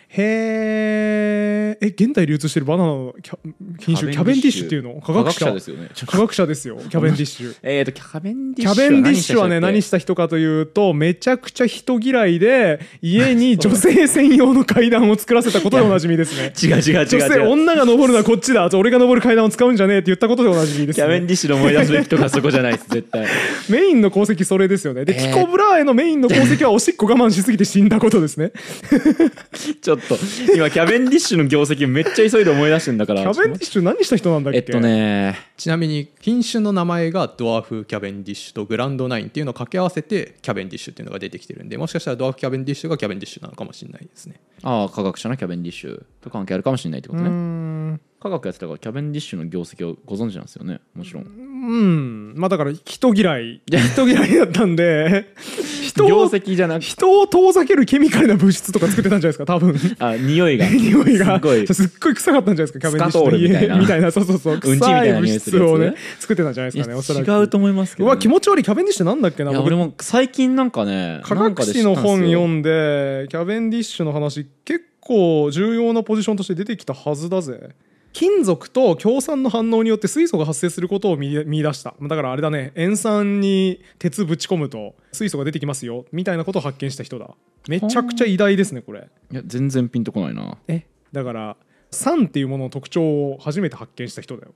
Speaker 1: へーえ現代流通してるバナナのキャ品種キャベンディッシュっていうの科学者
Speaker 2: 科ですよねち
Speaker 1: [LAUGHS]
Speaker 2: ょ
Speaker 1: 科学者ですよキャベンディッシュ
Speaker 2: えーとキャベンディ
Speaker 1: キ
Speaker 2: ッシュ
Speaker 1: ャベンディッシュはね何
Speaker 2: し
Speaker 1: した人かというとめちゃくちゃ人嫌いで家に女性専用の階段を作らせたことでおなじみです [LAUGHS] ね
Speaker 2: 違う違う
Speaker 1: 女性
Speaker 2: 違う違う
Speaker 1: 女が登るのはこっちだ俺が登る階段を使うんじゃねえって言ったことでおなじみで
Speaker 2: キ
Speaker 1: す
Speaker 2: ャベン
Speaker 1: ね
Speaker 2: ディッシュの思い出すべきとかそこじゃないです絶対
Speaker 1: メインの功績それですよねで
Speaker 2: え
Speaker 1: キ
Speaker 2: ー
Speaker 1: コブラーへのメインの功績はおしっこ我慢しすぎて死んだこと
Speaker 2: [LAUGHS]
Speaker 1: ですね
Speaker 2: ちょっと今キャベンディッシュの業績めっちゃ急いで思い出してんだから
Speaker 1: キャベンディッシュ何した人なんだっけ
Speaker 2: えっとね
Speaker 3: ちなみに品種の名前がドワーフキャベンディッシュとグランドナインっていうのを掛け合わせてキャベンディッシュっていうのが出てきてるんでもしかしたらドワーフキャベンディッシュがキャベンディッシュなのかもしれないですね
Speaker 2: ああ科学者のキャベンディッシュと関係あるかもしれないってこ
Speaker 1: う
Speaker 2: と
Speaker 1: ー
Speaker 2: ね
Speaker 1: ん
Speaker 2: 科学やってたからキャベンディッシュの業績をご存知なんですよねもちろん
Speaker 1: うんまあだから人嫌い人嫌いだったん
Speaker 2: [LAUGHS]
Speaker 1: で人
Speaker 2: 業
Speaker 1: を
Speaker 2: 績じゃなく
Speaker 1: 人を遠ざけるケミカルな物質とか作ってたんじゃないですか多分
Speaker 2: あ匂いが
Speaker 1: [LAUGHS] 匂いが
Speaker 2: すごい
Speaker 1: そうすっごい臭かったんじゃないですかキャベンディッシュの家
Speaker 2: スカトールみたい
Speaker 1: [LAUGHS]
Speaker 2: な
Speaker 1: みたいなそうそうそう
Speaker 2: ちみた
Speaker 1: 臭
Speaker 2: い
Speaker 1: い
Speaker 2: な
Speaker 1: 物
Speaker 2: 匂いす
Speaker 1: 質
Speaker 2: るやつ
Speaker 1: をね作ってたんじゃないで
Speaker 2: い
Speaker 1: す
Speaker 2: や
Speaker 1: かねおそらく
Speaker 2: 違うと思いますけ
Speaker 1: う
Speaker 2: どね
Speaker 1: わ気持ち悪いキャベンディッシュなんだっけない
Speaker 2: や
Speaker 1: 僕
Speaker 2: 俺も最近なんかね
Speaker 1: 科学誌の本読
Speaker 2: で
Speaker 1: んでキャベンディッシュの話結構重要なポジションとして出てきたはずだぜ金属と強酸の反応によって水素が発生することを見見出したまあだからあれだね塩酸に鉄ぶち込むと水素が出てきますよみたいなことを発見した人だめちゃくちゃ偉大ですねこれ
Speaker 2: いや全然ピンとこないな
Speaker 1: えだから酸っていうものの特徴を初めて発見した人だよ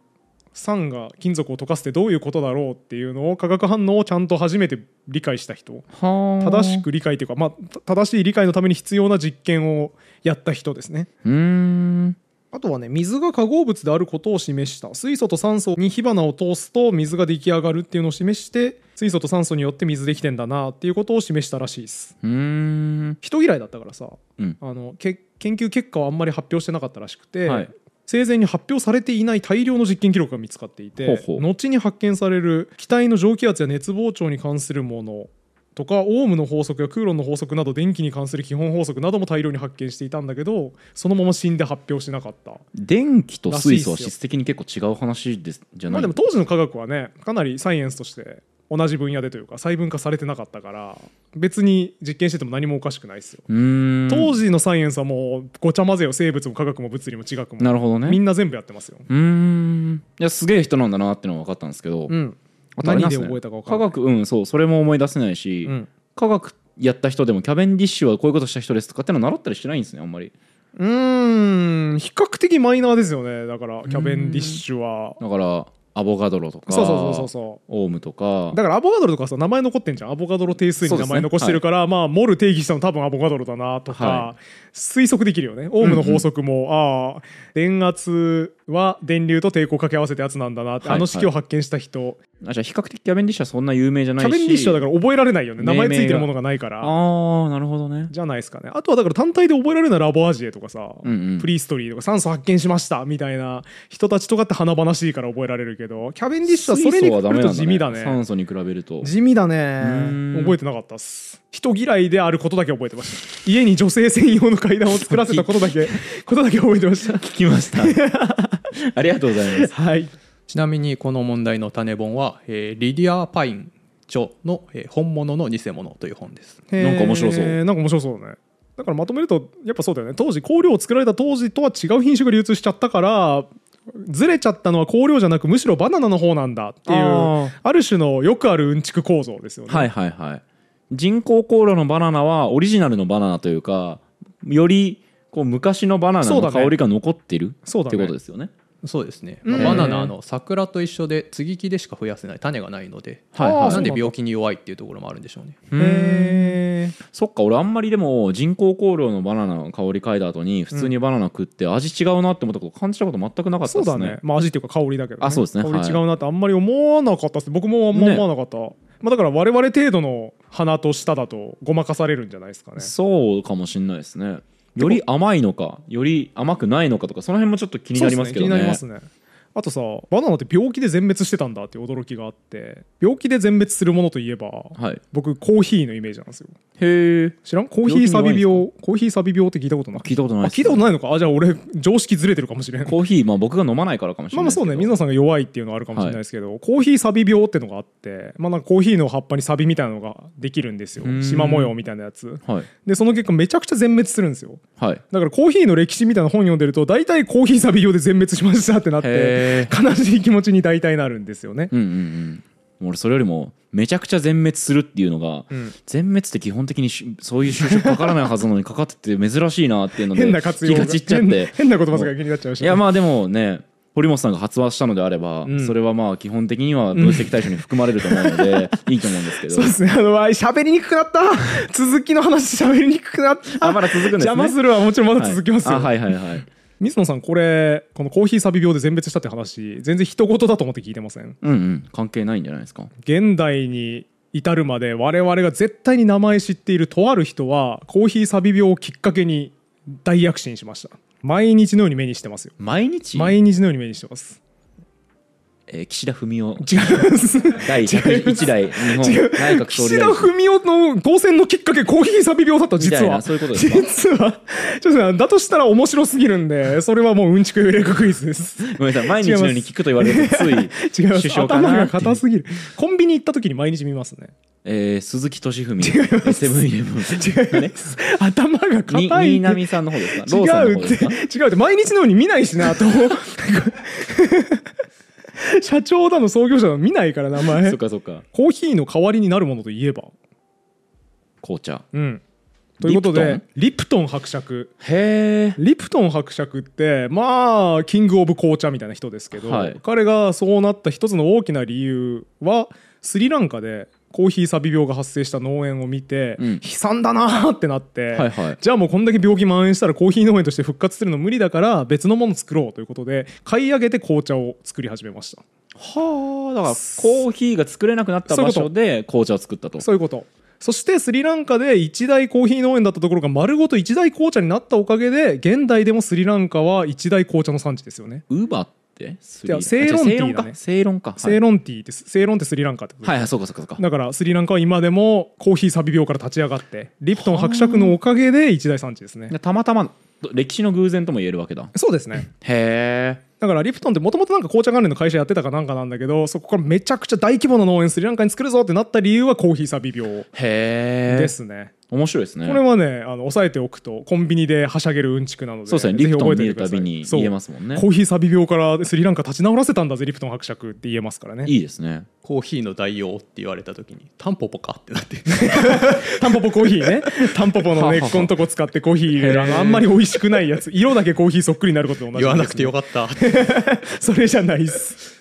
Speaker 1: 酸が金属を溶かすってどういうことだろうっていうのを化学反応をちゃんと初めて理解した人正
Speaker 2: 正
Speaker 1: しく理解というか、まあ、た正しい理解のために必要な実験をやった人ですね
Speaker 2: うーん
Speaker 1: あとはね水が化合物であることを示した水素と酸素に火花を通すと水が出来上がるっていうのを示して水素と酸素によって水できてんだなっていうことを示したらしいです
Speaker 2: うーん
Speaker 1: 人嫌いだったからさ
Speaker 2: うん
Speaker 1: あのけ研究結果をあんまり発表してなかったらしくて、
Speaker 2: はい
Speaker 1: 生前に発表されていない大量の実験記録が見つかっていて
Speaker 2: ほうほう
Speaker 1: 後に発見される気体の蒸気圧や熱膨張に関するものとかオウムの法則やクーロンの法則など電気に関する基本法則なども大量に発見していたんだけどそのまま死んで発表しなかった
Speaker 2: 電気と水素は
Speaker 1: らしいっすよ
Speaker 2: 質的に結構違う話ですじゃ
Speaker 1: ま
Speaker 2: な
Speaker 1: あ
Speaker 2: い
Speaker 1: でも当時の科学はねかなりサイエンスとして同じ分野でというか細分化されてなかったから別に実験してても何もおかしくないですよ
Speaker 2: うーん
Speaker 1: 当時のサイエンスはもうごちゃ混ぜよ生物も科学も物理も地学も
Speaker 2: なるほどね
Speaker 1: みんな全部やってますよ。
Speaker 2: うーんいやすげえ人なんだなってのは分かったんですけど、
Speaker 1: ん、
Speaker 2: あとあれな
Speaker 1: 何
Speaker 2: ん
Speaker 1: です
Speaker 2: ね
Speaker 1: 覚えたか分か
Speaker 2: 科
Speaker 1: んない
Speaker 2: 学うんそうそれも思い出せないし、
Speaker 1: うん
Speaker 2: 科学やった人でもキャベンディッシュはこういうことした人ですとかってのは習ったりしてないんですねあんまり
Speaker 1: うーん比較的マイナーですよねだからキャベンディッシュは
Speaker 2: だからアボガドロとか
Speaker 1: そうそうそうそうそ
Speaker 2: オウムとか
Speaker 1: うだからアボガドロとかさ名前残ってんじゃんアボガドロ定数に名
Speaker 2: そうですね
Speaker 1: 前残してるから、まあモル定義したの多分アボガドロだなとか、
Speaker 2: は
Speaker 1: 推測できるよねオウムの法則も、ああ電圧は電流と抵抗を掛け合わせたやつなんだなって、
Speaker 2: はい
Speaker 1: あの式を発見した人
Speaker 2: あじゃあ比較的キャベンディッシュはそんな有名じゃない
Speaker 1: キ
Speaker 2: し
Speaker 1: ャベンディッシュはだから覚えられないよね名前ついてる
Speaker 2: 命名が
Speaker 1: ものがないから
Speaker 2: ああなるほどね
Speaker 1: じゃないですかねあとはだから単体で覚えられるのはラボアジエとかさ、
Speaker 2: うんうん
Speaker 1: プリストリーとか酸素発見しましたみたいな人たちとかって華々しいから覚えられるけどキャベンディッシュはそれに比べると地味だね
Speaker 2: 水素はダメなん酸素に比べると
Speaker 1: 地味だ
Speaker 2: ー
Speaker 1: ね
Speaker 2: ん
Speaker 1: 覚えてなかったっす人嫌いであることだけ覚えてました家に女性専用の階段を作らせたことだけことだけ覚えてました
Speaker 2: 聞きました [LAUGHS] ありがとうございます
Speaker 1: はい
Speaker 3: ちなみにこの問題の種本は、えーリディア・パイン著の、えー本物の偽物という本です。
Speaker 2: なんか面白そう
Speaker 1: へーなんか面白そうだねだからまとめるとやっぱそうだよね当時香料を作られた当時とは違う品種が流通しちゃったからずれちゃったのは香料じゃなくむしろバナナの方なんだっていう
Speaker 2: あー
Speaker 1: ある種のよくあるうんちく構造ですよね、
Speaker 2: はいはいはい人工香料のバナナはオリジナルのバナナというかよりこう昔のバナナ
Speaker 1: そうだ
Speaker 2: の
Speaker 1: ね
Speaker 2: 香りが残ってる
Speaker 1: そうだね
Speaker 2: ってことですよね
Speaker 3: そうですね、
Speaker 1: うん
Speaker 3: バナナの桜と一緒で継ぎ木でしか増やせない種がないので、
Speaker 2: はい
Speaker 1: あ
Speaker 2: は
Speaker 1: ー
Speaker 2: い
Speaker 3: なんで
Speaker 1: そうなんだ
Speaker 3: 病気に弱いっていうところもあるんでしょうね。
Speaker 1: へー
Speaker 2: そっか俺あんまりでも人工香料のバナナの香り嗅いだ後に普通にバナナ食って味違うなって思ったこと感じたこと全くなかった
Speaker 1: そ
Speaker 2: で
Speaker 1: う
Speaker 2: す
Speaker 1: だ
Speaker 2: ね
Speaker 1: ねまあ味っていうか香りだけど、ね、
Speaker 2: あそうですね
Speaker 1: 香り
Speaker 2: はい
Speaker 1: 違うなってあんまり思わなかったっす僕もあんま思わなかった、まあ、だから我々程度の鼻と舌だとごまかされるんじゃないですかね
Speaker 2: そうかもしんないですねより甘いのかより甘くないのかとかその辺もちょっと気になりますけどね
Speaker 1: そうっすね気になりますねあとさバナナって病気で全滅してたんだっていう驚きがあって病気で全滅するものといえば
Speaker 2: はい
Speaker 1: 僕コーヒーのイメージなんですよ
Speaker 2: へえ
Speaker 1: 知らんコーヒーサビ
Speaker 2: 病気に弱いん
Speaker 1: 病コーヒーサビ病って聞いたことない
Speaker 2: 聞いたことない
Speaker 1: あ
Speaker 2: です
Speaker 1: 聞いたことないのかあじゃあ俺常識ずれてるかもしれ
Speaker 2: [LAUGHS]
Speaker 1: ん
Speaker 2: コーヒーまあ僕が飲まないからかもしれ
Speaker 1: ま
Speaker 2: な
Speaker 1: あま
Speaker 2: い
Speaker 1: あ
Speaker 2: ですけ
Speaker 1: そ
Speaker 2: ど
Speaker 1: うね水野さんが弱いっていうのはあるかもしれないですけど、コーヒーサビ病ってのがあって、まあ、なんかコーヒーの葉っぱにサビみたいなのができるんですよ
Speaker 2: うん
Speaker 1: 縞模様みたいなやつ
Speaker 2: はい
Speaker 1: でその結果めちゃくちゃ全滅するんですよ
Speaker 2: はい
Speaker 1: だからコーヒーの歴史みたいな本読んでると大体コーヒーサビ用で全滅しましたってなって
Speaker 2: へ
Speaker 1: 悲しい気持ちに大体なるんですよね。
Speaker 2: うんうんうんもう俺それよりもめちゃくちゃ全滅するっていうのが、
Speaker 1: ん
Speaker 2: 全滅って基本的にしそういう就職かからないはずなのにかかってて珍しいなっていうので
Speaker 1: 変な活用
Speaker 2: 気
Speaker 1: が
Speaker 2: が散っちゃっ
Speaker 1: 変な
Speaker 2: て
Speaker 1: [LAUGHS] 変な言葉遣いが気になっちゃうし
Speaker 2: いやまあでもね堀本さんが発話したのであれば、
Speaker 1: ん
Speaker 2: それはまあ基本的には分析対象に含まれると思う
Speaker 1: [LAUGHS]
Speaker 2: ので、いいと思うんですけど
Speaker 1: そうですねあのあ喋りにくくなった [LAUGHS] 続きの話喋りにくくなった
Speaker 2: あまだ続くんですね
Speaker 1: 邪魔するはもちろんまだ
Speaker 2: はい
Speaker 1: 続きますよ、
Speaker 2: あはいはいはい
Speaker 1: 水野さんこれこのコーヒーサビ病で全滅したって話全然人事だと思って聞いてません
Speaker 2: うんうん関係ないんじゃないですか
Speaker 1: 現代に至るまで我々が絶対に名前知っているとある人はコーヒーサビ病をきっかけに大躍進しました毎日のように目にしてますよ
Speaker 2: 毎日、
Speaker 1: 毎日のように目にしてます
Speaker 2: えー岸田文雄
Speaker 1: 違います
Speaker 2: 第101代日本
Speaker 1: 違う
Speaker 2: 内閣総理
Speaker 1: 岸
Speaker 2: 大
Speaker 1: 田
Speaker 2: 臣
Speaker 1: 文雄の当選のきっかけコーヒーサビ病だった
Speaker 2: み
Speaker 1: 実
Speaker 2: たい
Speaker 1: は
Speaker 2: なそういうことですか
Speaker 1: 実はちょっとだとしたら面白すぎるんでそれはもううんちくよりかクイズです
Speaker 2: ごめんなさい毎日のように聞くと言われるとつい
Speaker 1: 違いま
Speaker 2: 首
Speaker 1: す
Speaker 2: 相か
Speaker 1: 頭
Speaker 2: な
Speaker 1: が
Speaker 2: っていう
Speaker 1: 硬すぎるコンビニ行った時に毎日見ますね
Speaker 2: えー鈴木敏文セブンイレブン
Speaker 1: 違います。頭が
Speaker 2: に
Speaker 1: 硬い
Speaker 2: 新
Speaker 1: って。
Speaker 2: 浪さんの方ですか
Speaker 1: 違
Speaker 2: ローさんの
Speaker 1: う
Speaker 2: 方
Speaker 1: っ
Speaker 2: です
Speaker 1: て
Speaker 2: か
Speaker 1: 違うって毎日のように見ないしなと [LAUGHS] 社長だの創業者だの見ないから名前
Speaker 2: そっかそっか
Speaker 1: コーヒーの代わりになるものといえば
Speaker 2: 紅茶
Speaker 1: うんということでリプトン伯爵
Speaker 2: へえ
Speaker 1: リプトン伯爵ってまあキング・オブ紅茶みたいな人ですけど、
Speaker 2: はい
Speaker 1: 彼がそうなった一つの大きな理由はスリランカでコーヒーサビ病が発生した農園を見て、
Speaker 2: うん
Speaker 1: 悲惨だなーってなって、
Speaker 2: はいはい
Speaker 1: じゃあもうこんだけ病気蔓延したらコーヒー農園として復活するの無理だから別のもの作ろうということで買い上げて紅茶を作り始めました
Speaker 2: はあだからコーヒーが作れなくなった場所で紅茶を作ったと
Speaker 1: そういうことそしてスリランカで一大コーヒー農園だったところが丸ごと一大紅茶になったおかげで現代でもスリランカは一大紅茶の産地ですよね
Speaker 2: ウーバーってス
Speaker 1: いやセイロンティーだね
Speaker 2: 正論か
Speaker 1: セイ
Speaker 2: 論
Speaker 1: ロンティーってセイロンってスリランカってこと
Speaker 2: かはいはいはいそうかそうかそうか
Speaker 1: だからスリランカは今でもコーヒーサビ病から立ち上がってリプトン伯爵のおかげで一大産地ですね
Speaker 2: でたまたま歴史の偶然とも言えるわけだ
Speaker 1: そうですね
Speaker 2: へえ
Speaker 1: だからリプトンってもともとなんか紅茶関連の会社やってたかなんかなんだけどそこからめちゃくちゃ大規模な農園スリランカに作るぞってなった理由はコーヒーサビ病
Speaker 2: へえ
Speaker 1: ですね、
Speaker 2: 面白いですね
Speaker 1: これはねあの押さえておくとコンビニではしゃげるうんちくなので
Speaker 2: そうですね
Speaker 1: ぜ
Speaker 2: リ
Speaker 1: ひ
Speaker 2: プト
Speaker 1: 覚
Speaker 2: ン
Speaker 1: えておい
Speaker 2: 見
Speaker 1: て
Speaker 2: る
Speaker 1: く
Speaker 2: た
Speaker 1: ださ
Speaker 2: び
Speaker 1: い
Speaker 2: に
Speaker 1: そう
Speaker 2: 言えますもんね
Speaker 1: コーヒーサビ病からスリランカ立ち直らせたんだぜリプトン伯爵って言えますからね
Speaker 2: いいですね
Speaker 3: コーヒーの代用って言われた時にタンポポかっ
Speaker 1: [LAUGHS]
Speaker 3: てなって
Speaker 1: タンポポコーヒー [LAUGHS] ねタンポポの根っこのとこ使ってコーヒー入れるあのあんまり美味しくないやつ色だけコーヒーそっくりになることと同じ
Speaker 3: 言わなくてよ
Speaker 1: か
Speaker 3: かった
Speaker 1: ったそれじゃないっす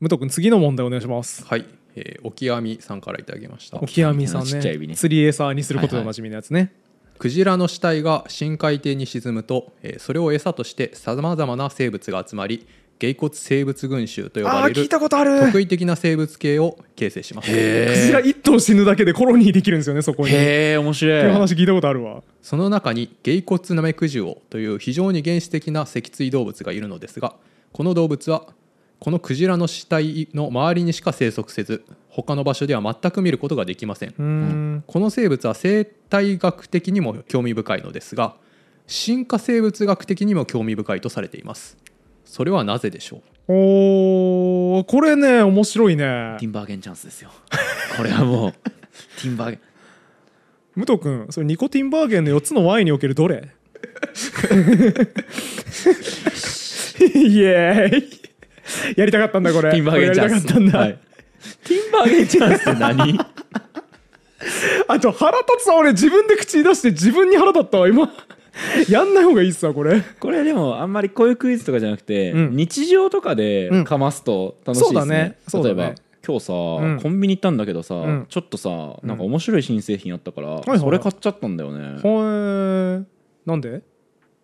Speaker 1: 武藤君次の問題お願いします
Speaker 3: はい、えー、オキアミさんからいただきました
Speaker 1: オキアミさん
Speaker 2: ちっちゃい指
Speaker 1: ね
Speaker 2: ね
Speaker 1: 釣りエサーにすることでおなじみのやつね、
Speaker 3: クジラの死体が深海底に沈むと、えーそれを餌としてさまざまな生物が集まり鯨骨生物群衆と呼ばれる
Speaker 1: ことある
Speaker 3: 特異的な生物系を形成します
Speaker 1: クジラ1頭死ぬだけでコロニーできるんですよねそこにって
Speaker 2: へえ面
Speaker 1: いう
Speaker 2: 白い
Speaker 1: 話聞いたことあるわ
Speaker 3: その中にゲイコツナメクジュオという非常に原始的な脊椎動物がいるのですがこの動物はこのクジラの死体の周りにしか生息せず他の場所では全く見ることができません
Speaker 1: うん
Speaker 3: この生物は生態学的にも興味深いのですが進化生物学的にも興味深いとされていますそれはなぜでしょう
Speaker 1: おーこれね面白いね
Speaker 2: ティンバーゲンチャンスですよこれはもう
Speaker 1: [LAUGHS]
Speaker 2: ティンバーゲン
Speaker 1: 武藤君それニコティンバーゲンの4つのワインにおけるどれイエーイやりたかったんだこれ
Speaker 2: ティンバーゲンチャンス
Speaker 1: これやりたかったんだ、
Speaker 2: はいティンバーゲンチャンスって何
Speaker 1: あと腹立つわ俺自分で口出して自分に腹立ったわ今やんない方がいいっすわこれ
Speaker 2: [LAUGHS] これでもあんまりこういうクイズとかじゃなくて、
Speaker 1: うん
Speaker 2: 日常とか
Speaker 1: うん
Speaker 2: でかますと楽しいで
Speaker 1: そうだ
Speaker 2: す
Speaker 1: ね
Speaker 2: ね,、
Speaker 1: そうだ
Speaker 2: 例え
Speaker 1: ね
Speaker 2: ば、今日さ、
Speaker 1: ん
Speaker 2: コンビニ行ったんだけどさ、
Speaker 1: ん
Speaker 2: ちょっとさなんか面白い新製品あったから、
Speaker 1: いはい
Speaker 2: それ買っちゃったんだよね、
Speaker 1: ほえなんで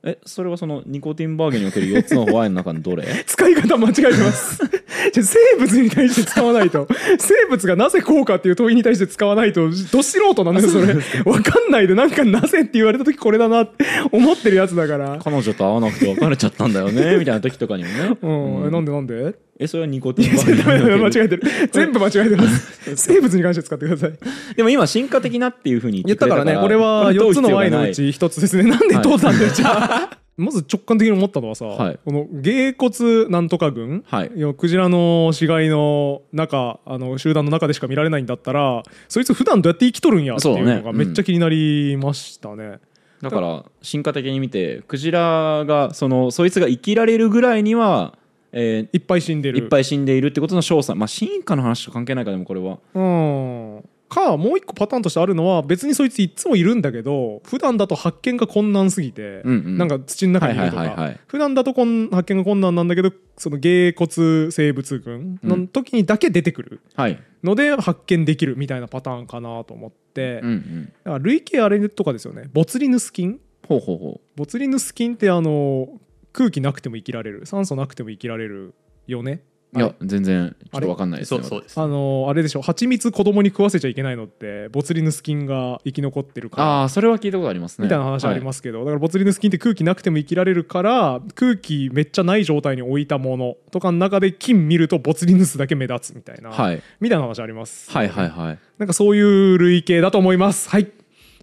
Speaker 2: えそれはそのニコティンバーゲンにおける4つのホワインの中のどれ
Speaker 1: [LAUGHS] 使い方間違えてます [LAUGHS] じゃあ生物に対して使わないと生物がなぜこうかっていう問いに対して使わないとど素人なんだよそれわかんないでなんかなぜって言われた時これだなって思ってるやつだから
Speaker 2: 彼女と会わなくて別れちゃったんだ
Speaker 1: [LAUGHS]
Speaker 2: よねみたいな時とかにもね、
Speaker 1: うん、
Speaker 2: うん
Speaker 1: なんでなん [LAUGHS] で
Speaker 2: えそれはニコティンバーゲンに
Speaker 1: 間
Speaker 2: おける
Speaker 1: 違 [LAUGHS] えてる全部間違えて [LAUGHS] ます生物に関して使ってください
Speaker 2: でも今進化的なっていうふうに
Speaker 1: 言
Speaker 2: 言
Speaker 1: っ
Speaker 2: って
Speaker 1: た
Speaker 2: く
Speaker 1: から
Speaker 2: れた
Speaker 1: ね俺は4つの Y のうち1つですねなんで
Speaker 2: はい
Speaker 1: 通ったんだよじゃあ [LAUGHS] まず直感的に思ったのはさ、
Speaker 2: はい
Speaker 1: この芸骨なんとか群、
Speaker 2: はい
Speaker 1: 要はクジラの死骸の中あの集団の中でしか見られないんだったらそいつ普段どうやって生きとるんやっていう
Speaker 2: そうだ
Speaker 1: の
Speaker 2: ね
Speaker 1: が
Speaker 2: うん
Speaker 1: めっちゃ気になりましたね。
Speaker 2: だから進化的に見てクジラがそのそいつが生きられるぐらいには、え
Speaker 1: いっぱい死んで
Speaker 2: ーい
Speaker 1: る
Speaker 2: っぱい死んでいるってことの詳細まあ進化の話と関係ないからでもこれは
Speaker 1: うんかもう一個パターンとしてあるのは別にそいついっつもいるんだけど普段だと発見が困難すぎて、
Speaker 2: うんうん
Speaker 1: なんか土の中にいるとか、
Speaker 2: はいはいはいはい
Speaker 1: 普段だとこん発見が困難なんだけどその芸骨生物群の時にだけ出てくる
Speaker 2: はい、
Speaker 1: ので発見できるみたいなパターンかなと思って、
Speaker 2: うんうん、
Speaker 1: だから類型あれとかですよねボツリヌス菌
Speaker 2: ほうほうほ
Speaker 1: ボツリヌス菌ってあの空気なくても生きられる酸素なくても生きられるよね
Speaker 2: ういや全然ちょ
Speaker 1: あ
Speaker 2: っ
Speaker 1: れ
Speaker 2: とわかんないです
Speaker 3: そう
Speaker 2: ね
Speaker 3: そうです
Speaker 1: あのあれでしょ蜂蜜子供に食わせちゃいけないのってボツリヌス菌が生き残ってるから
Speaker 2: ああそれは聞いたことありますね
Speaker 1: みたいな話ありますけど、だからボツリヌス菌って空気なくても生きられるから空気めっちゃない状態に置いたものとかの中で菌見るとボツリヌスだけ目立つみたいな、
Speaker 2: はい
Speaker 1: みたいな話あります、
Speaker 2: はいはいはいはい
Speaker 1: なんかそういう類型だと思いますはい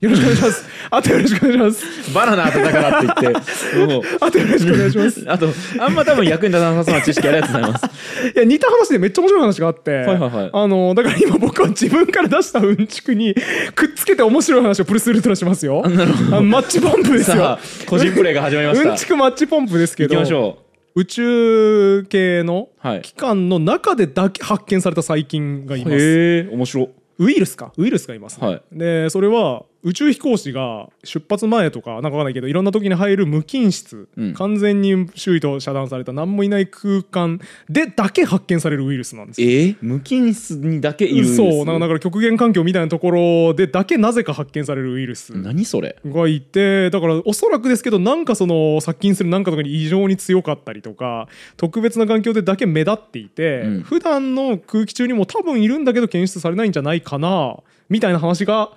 Speaker 1: よろしくお願いし
Speaker 2: [LAUGHS]
Speaker 1: ます。あとよろしくお願いします。
Speaker 2: バナナ当てたからって言 [LAUGHS] ってもう
Speaker 1: あとよろしくお願いし
Speaker 2: [LAUGHS]
Speaker 1: ます。
Speaker 2: あとあんま多分役に立たなさそうな知識ありがとうございます
Speaker 1: いや似た話でめっちゃ面白い話があって、
Speaker 2: はいはいはい
Speaker 1: あのだから今僕は自分から出したうんちくにくっつけて面白い話をプルスウルトラします
Speaker 2: [LAUGHS]
Speaker 1: よ。
Speaker 2: なるほ
Speaker 1: あのマッチポンプです
Speaker 2: さ
Speaker 1: よ
Speaker 2: あ。個人プレイが始まりました
Speaker 1: うんちくマッチポンプですけ
Speaker 2: 行
Speaker 1: ど
Speaker 2: きましょ
Speaker 1: 宇宙系の
Speaker 2: はい
Speaker 1: 機関の中でだけ発見された細菌がいうます。
Speaker 2: へえ面白
Speaker 1: ウイルスかウイルスがいます、ね
Speaker 2: はい
Speaker 1: でそれは宇宙飛行士が出発前とかなんかわかんないけどいろんな時に入る無菌室、
Speaker 2: うん
Speaker 1: 完全に周囲と遮断された何もいない空間でだけ発見されるウイルスなんですよ
Speaker 2: え無菌室にだけいるんです
Speaker 1: そうなんかだから極限環境みたいなところでだけなぜか発見されるウイルス
Speaker 2: 何それ
Speaker 1: がいてだからおそらくですけどなんかその殺菌するなんかとかに異常に強かったりとか特別な環境でだけ目立っていて、
Speaker 2: うん
Speaker 1: 普段の空気中にも多分いるんだけど検出されないんじゃないかなみたいな話が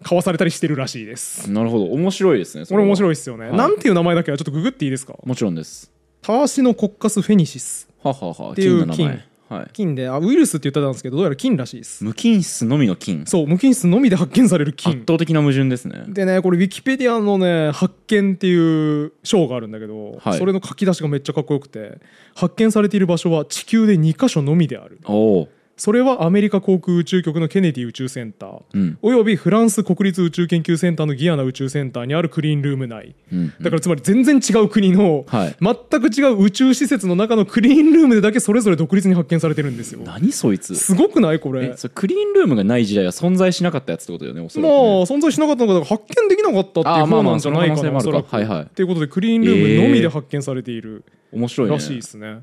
Speaker 1: 交わされたりしてるらしいです。
Speaker 2: なるほど面白いですね
Speaker 1: これ面白い
Speaker 2: い
Speaker 1: ですよね、
Speaker 2: はい
Speaker 1: なんていう名前だっけなちょっとググっていいですか
Speaker 2: もちろんです
Speaker 1: タワシのコッカスフェニシス
Speaker 2: ははは
Speaker 1: ていう
Speaker 2: 菌の名前はい
Speaker 1: 菌であウイルスって言ってたんですけどどうやら菌らしいです
Speaker 2: 無菌室のみの菌
Speaker 1: そう無菌室のみで発見される菌
Speaker 2: 圧倒的な矛盾ですね
Speaker 1: でねこれウィキペディアのね「発見」っていう章があるんだけど、
Speaker 2: はい
Speaker 1: それの書き出しがめっちゃかっこよくて発見されている場所は地球で2箇所のみである
Speaker 2: おお
Speaker 1: それはアメリカ航空宇宙局のケネディ宇宙センター
Speaker 2: うん
Speaker 1: およびフランス国立宇宙研究センターのギアナ宇宙センターにあるクリーンルーム内
Speaker 2: うん
Speaker 1: だからつまり全然違う国の、
Speaker 2: はい
Speaker 1: 全く違う宇宙施設の中のクリーンルームでだけそれぞれ独立に発見されてるんですよ
Speaker 2: 何そいつ
Speaker 1: すごくないこれ
Speaker 2: えそれクリーンルームがない時代は存在しなかったやつってことだよねおそら
Speaker 1: ま
Speaker 2: く
Speaker 1: あ
Speaker 2: ね
Speaker 1: 存在しなかったのかだから発見できなかったってい
Speaker 2: あ
Speaker 1: う方
Speaker 2: ーま
Speaker 1: な
Speaker 2: あま
Speaker 1: ん
Speaker 2: あ
Speaker 1: じゃないかな
Speaker 2: その可能性もあるか
Speaker 1: おそらく
Speaker 2: はいは
Speaker 1: っ
Speaker 2: い
Speaker 1: ていうことでクリーンルームのみで発見されている
Speaker 2: 面白いね
Speaker 1: らしいですね、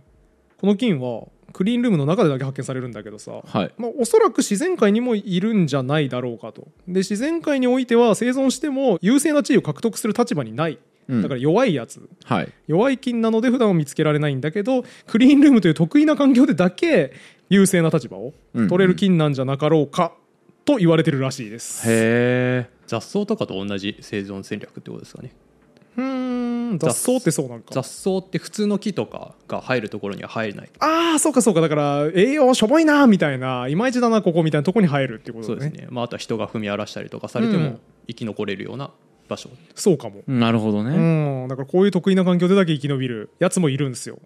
Speaker 1: この菌はクリーンルームの中でだけ発見されるんだけどさ、
Speaker 2: はい
Speaker 1: まあ、おそらく自然界にもいるんじゃないだろうかとで自然界においては生存しても優勢な地位を獲得する立場にない
Speaker 2: うん
Speaker 1: だから弱いやつ、
Speaker 2: はい
Speaker 1: 弱い菌なので普段は見つけられないんだけどクリーンルームという得意な環境でだけ優勢な立場を取れる菌なんじゃなかろうかと言われてるらしいです、
Speaker 2: へえ
Speaker 3: 雑草とかと同じ生存戦略ってことですかね
Speaker 1: うーん雑草ってそうなん
Speaker 3: 雑
Speaker 1: か
Speaker 3: 草って普通の木とかが入るところには入れない
Speaker 1: ああそうかそうかだから栄養しょぼいなーみたいないまいちだなここみたいなとこに入るってこと
Speaker 3: そう
Speaker 1: だ
Speaker 3: です
Speaker 1: ね
Speaker 3: ねまあ、あとは人が踏み荒らしたりとかされて
Speaker 1: うん
Speaker 3: も生き残れるような場所、
Speaker 1: そうかも
Speaker 2: なるほど
Speaker 1: う
Speaker 2: ね
Speaker 1: んだからこういう得意な環境でだけ生き延びるやつもいるんですよ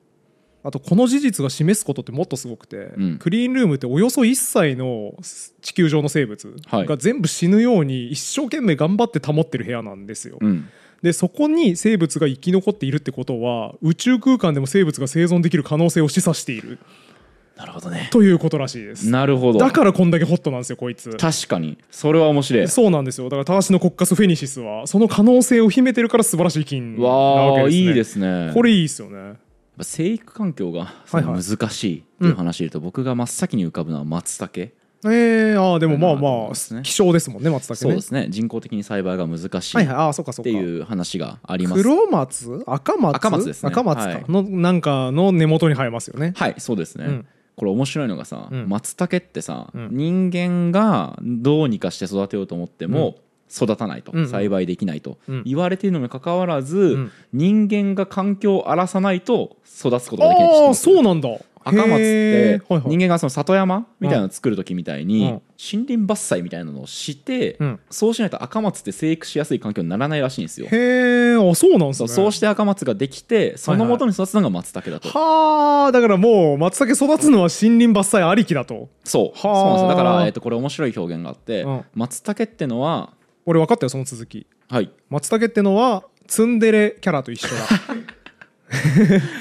Speaker 1: あとこの事実が示すことってもっとすごくて、
Speaker 2: ん
Speaker 1: クリーンルームっておよそ1歳の地球上の生物
Speaker 2: はい
Speaker 1: が全部死ぬように一生懸命頑張って保ってる部屋なんですよ、
Speaker 2: うん
Speaker 1: でそこに生物が生き残っているってことは宇宙空間でも生物が生存できる可能性を示唆している
Speaker 2: なるほどね
Speaker 1: ということらしいです
Speaker 2: なるほど
Speaker 1: だからこんだけホットなんですよこいつ
Speaker 2: 確かにそれは面白い
Speaker 1: [LAUGHS] そうなんですよだからタワシのコッカスフェニシスはその可能性を秘めてるから素晴らしい菌なわ
Speaker 2: わ
Speaker 1: け
Speaker 2: あ
Speaker 1: ですね
Speaker 2: いいですね
Speaker 1: これいいですよね
Speaker 2: やっぱ生育環境が
Speaker 1: はいはい
Speaker 2: 難しいっていう話で言うと僕が真っ先に浮かぶのは松茸
Speaker 1: えー、ああでもまあま
Speaker 2: なんかあったんです
Speaker 1: あ
Speaker 2: ね
Speaker 1: 希少ですもんね松茸
Speaker 2: そう
Speaker 1: ね
Speaker 2: ですね人工的に栽培が難しい
Speaker 1: はいはい
Speaker 2: っ
Speaker 1: ああそうかそうか
Speaker 2: ていう話があります
Speaker 1: 黒松赤松
Speaker 2: 赤松ですね
Speaker 1: 赤松か、
Speaker 2: はい
Speaker 1: のなんかの根元に生えますよね
Speaker 2: はいそうですね、
Speaker 1: うん
Speaker 2: これ面白いのがさ、
Speaker 1: うん
Speaker 2: 松茸ってさ、
Speaker 1: うん
Speaker 2: 人間がどうにかして育てようと思っても育たないと、
Speaker 1: うん
Speaker 2: 栽培できないと
Speaker 1: うん
Speaker 2: 言われているのにもかかわらず、
Speaker 1: ん
Speaker 2: 人間が環境を荒らさないと育つことができないって知って
Speaker 1: ああ
Speaker 2: ます
Speaker 1: そうなんだ
Speaker 2: 赤松っ
Speaker 1: へ
Speaker 2: て
Speaker 1: ーはいはい
Speaker 2: 人間がその里山みたいなのを作る時みたい
Speaker 1: うん
Speaker 2: に森林伐採みたいなのをして
Speaker 1: うん
Speaker 2: そうしないと赤松って生育しやすい環境にならないらしいんですよ。
Speaker 1: へえあそうなんです
Speaker 2: そう
Speaker 1: ね
Speaker 2: そうして赤松ができてその元に育つのが松茸だと。
Speaker 1: はあだからもう松茸育つのは森林伐採ありきだと
Speaker 2: そうそう
Speaker 1: はあ
Speaker 2: なんですよだから、えっとこれ面白い表現があって
Speaker 1: うん
Speaker 2: 松茸ってのは
Speaker 1: 俺分かったよその続き
Speaker 2: はい
Speaker 1: 松茸ってのはツンデレキャラと一緒だ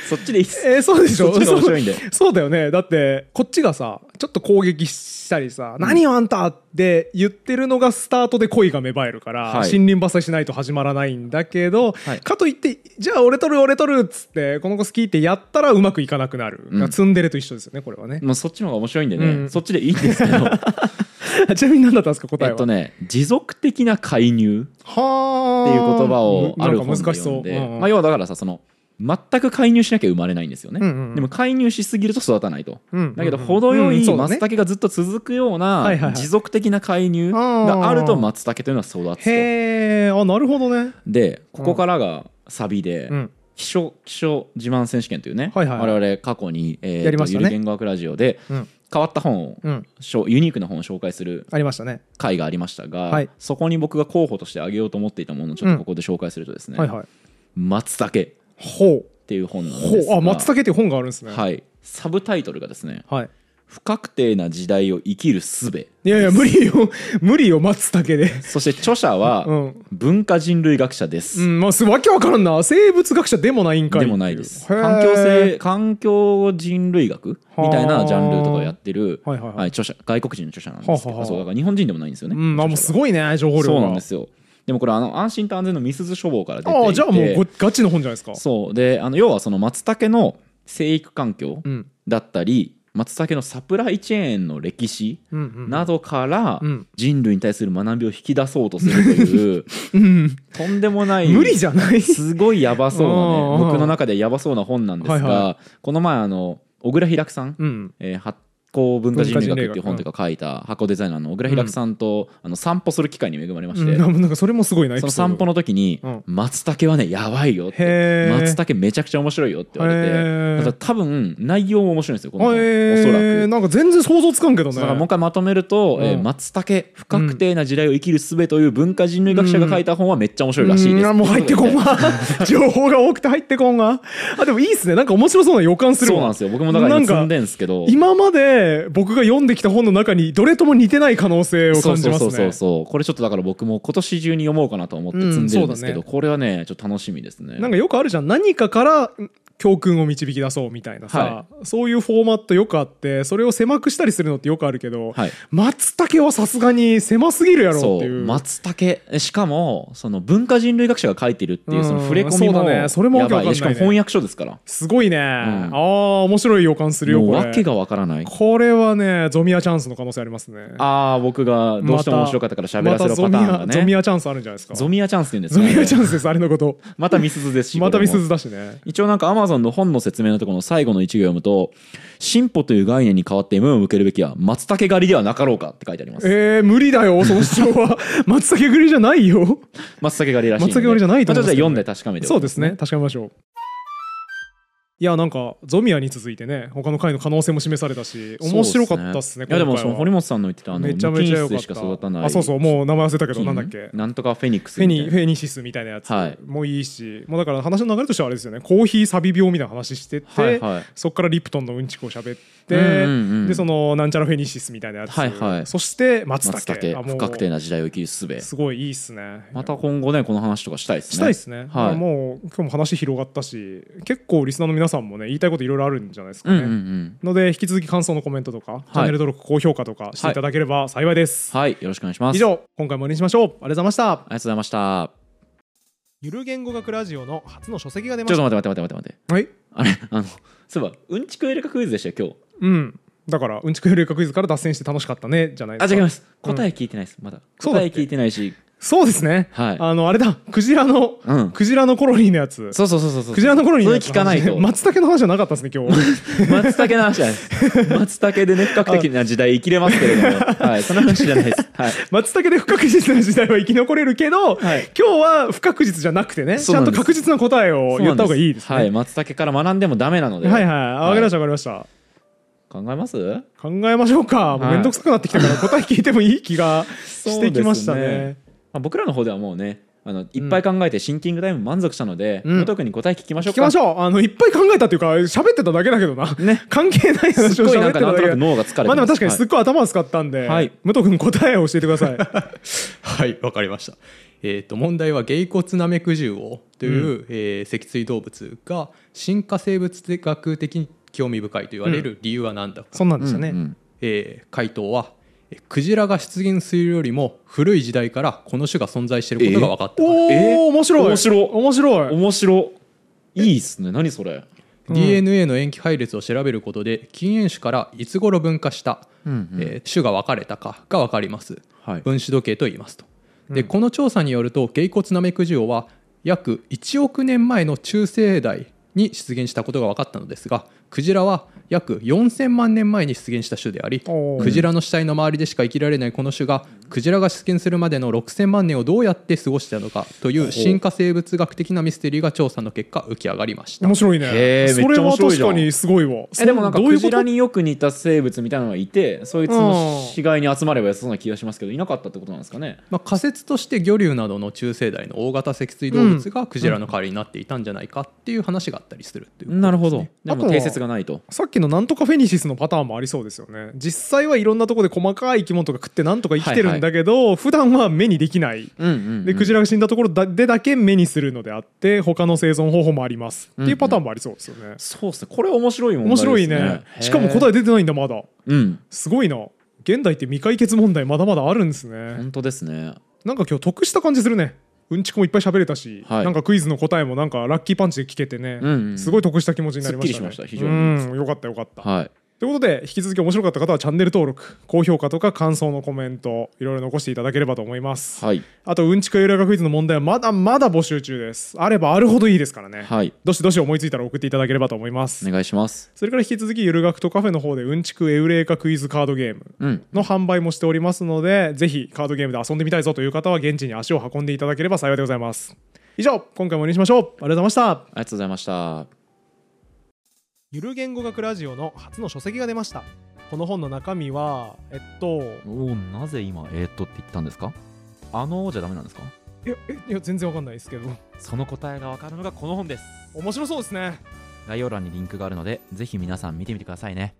Speaker 2: そっちでいいっす。
Speaker 1: えー、そうでし
Speaker 2: そ
Speaker 1: ょ
Speaker 2: っちが面白いんで。
Speaker 1: そうだよねだってこっちがさちょっと攻撃したりさ「何よあんた!」って言ってるのがスタートで恋が芽生えるから、
Speaker 2: はい
Speaker 1: 森林伐採しないと始まらないんだけど、
Speaker 2: はい
Speaker 1: かといって「じゃあ俺取る俺取る」っつってこの子好きってやったらうまくいかなくなる、
Speaker 2: うん
Speaker 1: ツンデレと一緒ですよねこれはね
Speaker 2: まあそっちの方が面白いんで
Speaker 1: う
Speaker 2: ね
Speaker 1: ん
Speaker 2: そっちでいいんですけど
Speaker 1: [LAUGHS] ちなみに何だったんですか答え
Speaker 2: え
Speaker 1: は、
Speaker 2: っとね持続的な介入
Speaker 1: はあ
Speaker 2: っていう言葉をある
Speaker 1: なん
Speaker 2: 本
Speaker 1: か
Speaker 2: で
Speaker 1: 難しそ
Speaker 2: 読
Speaker 1: うん
Speaker 2: で、
Speaker 1: うんうん
Speaker 2: まあ、要はだからさその全く介入しなきゃ生まれないんですよね、
Speaker 1: うんうんうん
Speaker 2: でも介入しすぎると育たないと、
Speaker 1: うんうんうん
Speaker 2: だけど程よ
Speaker 1: うん
Speaker 2: い
Speaker 1: そうだね
Speaker 2: 松茸がずっと続くよ
Speaker 1: は
Speaker 2: う
Speaker 1: いはいは
Speaker 2: ない持続的な介入があると松茸というのは育つと
Speaker 1: へえあなるほどね
Speaker 2: でここからがサビで
Speaker 1: うん
Speaker 2: 「気象気象自慢選手権」というね
Speaker 1: はいはいはい
Speaker 2: 我々過去にえーと
Speaker 1: やりましたね
Speaker 2: ゆる言語学ラジオで
Speaker 1: うん
Speaker 2: 変わった本を
Speaker 1: うん
Speaker 2: しょユニークな本を紹介する
Speaker 1: ありましたね、
Speaker 2: 回がありましたが、
Speaker 1: はい
Speaker 2: そこに僕が候補として挙げようと思っていたものをちょっとここで紹介するとですね「
Speaker 1: はいはい
Speaker 2: 松茸」っ
Speaker 1: ほ
Speaker 2: ていう本なん
Speaker 1: う
Speaker 2: です
Speaker 1: ほ
Speaker 2: が
Speaker 1: うあ松茸っていう本があるんですねい、
Speaker 2: はいサブタイトルがですね
Speaker 1: はい、
Speaker 2: 「不確定な時代を生きる術
Speaker 1: いやいや無理よ [LAUGHS] 無理よ松茸で」
Speaker 2: そして著者
Speaker 1: う
Speaker 2: は
Speaker 1: ん、
Speaker 2: 文化人類学者です、
Speaker 1: うん、まあすわけわからんな生物学者でもないんかい
Speaker 2: でもないです
Speaker 1: へー
Speaker 2: 環境性環境人類学
Speaker 1: はあ
Speaker 2: みたいなジャンルとかをやってる、
Speaker 1: はいはいはい
Speaker 2: 著者外国人の著者なんですけど
Speaker 1: はあはあ
Speaker 2: そうだから日本人でもないんですよね、
Speaker 1: うんあもうすごいね情報量が
Speaker 2: そうなんですよでもこれあの安心と安全のみすず書房から出ていて
Speaker 1: ああじゃあもうごガチの本じゃないですか
Speaker 2: そうであの要はその松茸の生育環境
Speaker 1: うん
Speaker 2: だったり、松茸のサプライチェーンの歴史
Speaker 1: うんうん
Speaker 2: などから
Speaker 1: うん
Speaker 2: 人類に対する学びを引き出そうとするという
Speaker 1: [LAUGHS] うん
Speaker 2: とんでもない
Speaker 1: 無理じゃない
Speaker 2: すごいやばそう
Speaker 1: うんうん
Speaker 2: な
Speaker 1: う
Speaker 2: ね
Speaker 1: ん
Speaker 2: 僕の中でやばそうな本なんですが、
Speaker 1: はいは
Speaker 2: この前あの小倉平久さん、
Speaker 1: [LAUGHS] うん
Speaker 2: えー発酵文化人類学っていう本
Speaker 1: 文化人類学
Speaker 2: とか書いた発酵デザイナーの小倉平久さんと、あの散歩する機会に恵まれま
Speaker 1: う
Speaker 2: して、
Speaker 1: んなんかそれもすごいなエ
Speaker 2: そ
Speaker 1: ピ
Speaker 2: の
Speaker 1: ソード
Speaker 2: 散歩の時に
Speaker 1: うん
Speaker 2: 「松茸はねやばいよ」って
Speaker 1: へ
Speaker 2: 「
Speaker 1: ー
Speaker 2: 松茸めちゃくちゃ面白いよ」って言われて
Speaker 1: へー
Speaker 2: だから多分内容も面白いんですよこの本お
Speaker 1: え
Speaker 2: そら
Speaker 1: ー
Speaker 2: く。
Speaker 1: なんか全然想像つかんけどね
Speaker 2: だからもう一回まとめると「
Speaker 1: うん
Speaker 2: えー松茸不確定な時代を生きる術」という文化人類学者が書いた本はめっちゃ面白いらしいです。
Speaker 1: うんあもう入ってこんわ
Speaker 2: [LAUGHS]
Speaker 1: 情報が多くて入ってこんわあでもいいっすねなんか面白そうな予感する
Speaker 2: そう
Speaker 1: わ
Speaker 2: なんですよ僕もだから今積んでんですけど
Speaker 1: 今まで僕が読んできた本の中にどれとも似てない可能性を
Speaker 2: そ
Speaker 1: 感
Speaker 2: う
Speaker 1: じ
Speaker 2: そう
Speaker 1: ます
Speaker 2: そう
Speaker 1: ね
Speaker 2: そうそうこれちょっとだから僕も今年中に読もうかなと思って積んでるんですけど、
Speaker 1: うんそうだね
Speaker 2: これはねちょっと楽しみですね
Speaker 1: なんかよくあるじゃん何かから教訓を導き出そうみたいなさ、
Speaker 2: は
Speaker 1: そういうフォーマットよくあってそれを狭くしたりするのってよくあるけど、
Speaker 2: はい
Speaker 1: 松茸はさすがに狭すぎるやろっ
Speaker 2: そ
Speaker 1: て
Speaker 2: う
Speaker 1: いう
Speaker 2: 松茸えしかもその文化人類学者が書いてるっていうその触れ込み
Speaker 1: うんそ
Speaker 2: も
Speaker 1: うだねそれもわ
Speaker 2: や
Speaker 1: けわ
Speaker 2: ば
Speaker 1: かんないね
Speaker 2: いしかも翻訳書ですから
Speaker 1: すごいね、ああ面白い予感するよ
Speaker 2: もう
Speaker 1: こ
Speaker 2: 訳
Speaker 1: れ
Speaker 2: がわからない
Speaker 1: これはねゾミアチャンスの可能性ありますね
Speaker 2: ああ僕がどうしても面白かったから喋らせるパターン
Speaker 1: またゾミア
Speaker 2: が [LAUGHS]
Speaker 1: ゾミ
Speaker 2: ね
Speaker 1: アチャンスあるんじゃないですか
Speaker 2: ゾミアチャンスって言うんです
Speaker 1: ゾ
Speaker 2: か
Speaker 1: ミアチャ
Speaker 2: ね
Speaker 1: ンスですあれの
Speaker 2: [LAUGHS]
Speaker 1: こと
Speaker 2: またミスズですし
Speaker 1: また
Speaker 2: これ
Speaker 1: ミ
Speaker 2: も
Speaker 1: スズ
Speaker 2: [LAUGHS]
Speaker 1: だしね
Speaker 2: 一応なんかアマゾンの本の説明のところの最後の一行を読むと進歩という概念に代わって夢を向けるべきは松茸狩りではなかろうかって書いてあります
Speaker 1: えー、無理だよその主張
Speaker 2: [LAUGHS]
Speaker 1: は松茸グリじゃないよ
Speaker 2: 松茸狩りらしいので
Speaker 1: 松茸狩りじゃないと思うんですけど
Speaker 2: まあちょっと読ん
Speaker 1: ね
Speaker 2: で確かめておき
Speaker 1: そう
Speaker 2: ま
Speaker 1: ですね確かめましょういやなんかゾミアに続いてね他の回の可能性も示されたし面白かったっすね
Speaker 2: いやでもそ
Speaker 1: 今
Speaker 2: の
Speaker 1: 回は
Speaker 2: 堀本さんの言ってたあの
Speaker 1: めちゃめちゃ
Speaker 2: 無菌
Speaker 1: 良
Speaker 2: 室
Speaker 1: か
Speaker 2: で
Speaker 1: っ
Speaker 2: しか育たな
Speaker 1: た
Speaker 2: い
Speaker 1: あそうそうもう名前忘れたけどなんだっけ
Speaker 2: なんとかフェニックス
Speaker 1: フェ
Speaker 2: みたい
Speaker 1: ニ
Speaker 2: な
Speaker 1: フェニシスみたいなやつ
Speaker 2: はい
Speaker 1: もういいし、もうだから話の流れとしてはあれですよねコーヒーサビ病みたいな話してて、
Speaker 2: はいはい
Speaker 1: そこからリプトンのうんちくを喋って、
Speaker 2: うんうんうん
Speaker 1: でそのなんちゃらフェニシスみたいなやつ、
Speaker 2: はいはい
Speaker 1: そして松
Speaker 2: 松
Speaker 1: 茸あ
Speaker 2: 茸
Speaker 1: もう
Speaker 2: 不確定な時代を生きる術
Speaker 1: すごいいいっすね。
Speaker 2: また今後ねこの話とかしたいですね
Speaker 1: したいですね、ま
Speaker 2: は
Speaker 1: あ
Speaker 2: い
Speaker 1: もう今日も話広がったし結構リスナーの皆さんもね言いたいこといろいろあるんじゃないですか
Speaker 2: うん
Speaker 1: ね、
Speaker 2: うんうん
Speaker 1: ので引き続き感想のコメントとか、チャンネル登録高評価とかしていただければ幸いです、
Speaker 2: はいよろしくお願いします
Speaker 1: 以
Speaker 2: ありが
Speaker 1: 上今回も終わりにしましょうありがとうございました
Speaker 2: とうございました
Speaker 1: ゆる言語学ラジオの初の書籍が出ま
Speaker 2: ちょ
Speaker 1: し
Speaker 2: ったと待って待って待って待って
Speaker 1: はい
Speaker 2: あれあのそういえばうんちくエレカクイズでしたよ
Speaker 1: うんだからうんちくよりかクイズから脱線して楽しかったねじゃない
Speaker 2: 今
Speaker 1: で
Speaker 2: 日あ
Speaker 1: す
Speaker 2: 違い
Speaker 1: か
Speaker 2: ます答え聞いてないですまだ
Speaker 1: そうだ
Speaker 2: 答
Speaker 1: っ
Speaker 2: え
Speaker 1: け
Speaker 2: 聞いてないし
Speaker 1: そうですね、
Speaker 2: はい
Speaker 1: あのあれだクジラの、
Speaker 2: うん
Speaker 1: クジラのコロニーのやつ
Speaker 2: そうそうそうそうそう
Speaker 1: クジラのコロニー
Speaker 2: そ
Speaker 1: の
Speaker 2: れ
Speaker 1: やつ
Speaker 2: 聞かない
Speaker 1: [LAUGHS]
Speaker 2: と
Speaker 1: 松茸の話じゃなかったですね今
Speaker 2: [LAUGHS]
Speaker 1: 日
Speaker 2: 松茸の話じゃないです。松茸でね、不確定な時代生きれますけれど
Speaker 1: [LAUGHS]
Speaker 2: も、はい、その話じゃないです。はい。
Speaker 1: 松茸で不確実な時代は生き残れるけど、
Speaker 2: はい
Speaker 1: 今日は不確実じゃなくてねち
Speaker 2: そう
Speaker 1: ゃ
Speaker 2: なん
Speaker 1: と
Speaker 2: んです
Speaker 1: 確実な答えを言った方がいいですね
Speaker 2: はい、松茸から学んでもダメなので。
Speaker 1: はいはいわかりましたわかりました
Speaker 2: 考えます
Speaker 1: 考えましょうか、もう
Speaker 2: はい
Speaker 1: めんどくさくなってきたから答え聞いてもいい気がしてきました
Speaker 2: そうです
Speaker 1: ね
Speaker 2: ねまあ僕らの方ではもうね、あのいっぱい考えてシンキングタイム満足したので、
Speaker 1: うん
Speaker 2: もう特に答え聞きましょ
Speaker 1: 聞
Speaker 2: う
Speaker 1: き
Speaker 2: か。
Speaker 1: ましょうあのいっぱい考えたっていうか喋ってただけだけどな、
Speaker 2: ね
Speaker 1: 関係ない話
Speaker 2: す
Speaker 1: を
Speaker 2: っ
Speaker 1: 喋っ
Speaker 2: ご
Speaker 1: て
Speaker 2: いな
Speaker 1: た
Speaker 2: ん
Speaker 1: だ
Speaker 2: か
Speaker 1: け
Speaker 2: なんとなく脳が疲れて
Speaker 1: まあでも
Speaker 2: ます
Speaker 1: 確かにすっごい頭を使ったんで、
Speaker 2: はい
Speaker 1: 武藤君答えを教えてください
Speaker 3: はいわかりましたえっ、と問題はゲイコツナメクジュウオウという、えー脊椎動物が進化生物学的に興味深いと言われる理由は何だか、
Speaker 1: そんなんでしたね、
Speaker 2: うんうん
Speaker 3: えー回答はえークジラが出現するよりも古い時代からこの種が存在していることが分かったから、
Speaker 1: おー、
Speaker 2: え
Speaker 1: 面白い
Speaker 2: 面白
Speaker 1: 面白い
Speaker 2: 面白い。いいっすね。何それ。
Speaker 1: うん
Speaker 3: DNA の塩基配列を調べることで禁煙種からいつ頃分化した、
Speaker 2: うんうん
Speaker 3: えー種が分かれたかが分かります、
Speaker 2: はい
Speaker 3: 分子時計と言いますとでこの調査によるとゲイコツナメクジオは約1億年前の中生代に出現したことが分かったのですがクジラは約4000万年前に出現した種であり
Speaker 1: おー
Speaker 3: クジラの死体の周りでしか生きられないこの種がクジラが出現するまでの6000万年をどうやって過ごしたのかという進化生物学的なミステリーが調査の結果浮き上がりました
Speaker 1: 面白い
Speaker 2: へ
Speaker 1: ね
Speaker 2: ー
Speaker 1: それ
Speaker 2: めっ
Speaker 1: は
Speaker 2: ちゃ面白い
Speaker 1: 確
Speaker 2: じゃん
Speaker 1: かにすごいわ
Speaker 2: えでもなんか
Speaker 1: どうい
Speaker 2: ク
Speaker 1: うこ
Speaker 2: ジ
Speaker 1: と
Speaker 2: ラによく似た生物みたいなのがいてそいつの死骸に集まれば良さそうな気がしますけどいなかったってことなんですかね
Speaker 3: まあ、仮説として魚竜などの中生代の大型脊椎動物がクジラの代わりになっていたんじゃないかっていう話があったりするっていうことですね、
Speaker 2: でも
Speaker 1: あとは
Speaker 2: 定説がないと
Speaker 1: さっきのなんとかフェニシスのパターンもありそうですよね実際はいろんなとこで細かい生き物とか食ってなんとか生きてるんだけど、普段は目にできない
Speaker 2: うんうん
Speaker 1: でクジラが死んだところだでだけ目にするのであって他の生存方法もありますっていうパターンもありそうですよね、
Speaker 2: そうっすねこれ面白い問題
Speaker 1: 面
Speaker 2: ですね
Speaker 1: 白いねしかも答
Speaker 2: え
Speaker 1: え出てないんだまだ
Speaker 2: うん
Speaker 1: すごいな現代って未解決問題まだまだあるんですね
Speaker 2: 本当ですね
Speaker 1: なんか今日得した感じするねうんちくもいっぱい喋れたし、
Speaker 2: はい
Speaker 1: なんかクイズの答えもなんかラッキーパンチで聞けてね、
Speaker 2: うんうん
Speaker 1: すごい得した気持ちになりましたね
Speaker 2: すっきりしました非常
Speaker 1: うんよかったよかった
Speaker 2: はい
Speaker 1: ということで引き続き面白かった方はチャンネル登録高評価とか感想のコメントいろいろ残していただければと思います、
Speaker 2: はい
Speaker 1: あとうんちくやゆらがクイズの問題はまだまだ募集中ですあればあるほどいいですからね、
Speaker 2: はい
Speaker 1: どしどし思いついたら送っていただければと思います、
Speaker 2: お願いします
Speaker 1: それから引き続きゆるがくとカフェの方でうんちくエウレカクイズカードゲーム
Speaker 2: うん
Speaker 1: の販売もしておりますのでぜひカードゲームで遊んでみたいぞという方は現地に足を運んでいただければ幸いでございます以上今回も終わりにしましょうありがとうございました
Speaker 2: ありがとうございました
Speaker 1: ゆる言語学ラジオの初の書籍が出ましたこの本の中身はえっと
Speaker 2: おおなぜ今えーっとって言ったんですかあのーじゃダメなんですか
Speaker 1: いやえいや全然わかんないですけど
Speaker 2: その答えがわかるのがこの本です
Speaker 1: 面白そうですね
Speaker 2: 概要欄にリンクがあるのでぜひ皆さん見てみてくださいね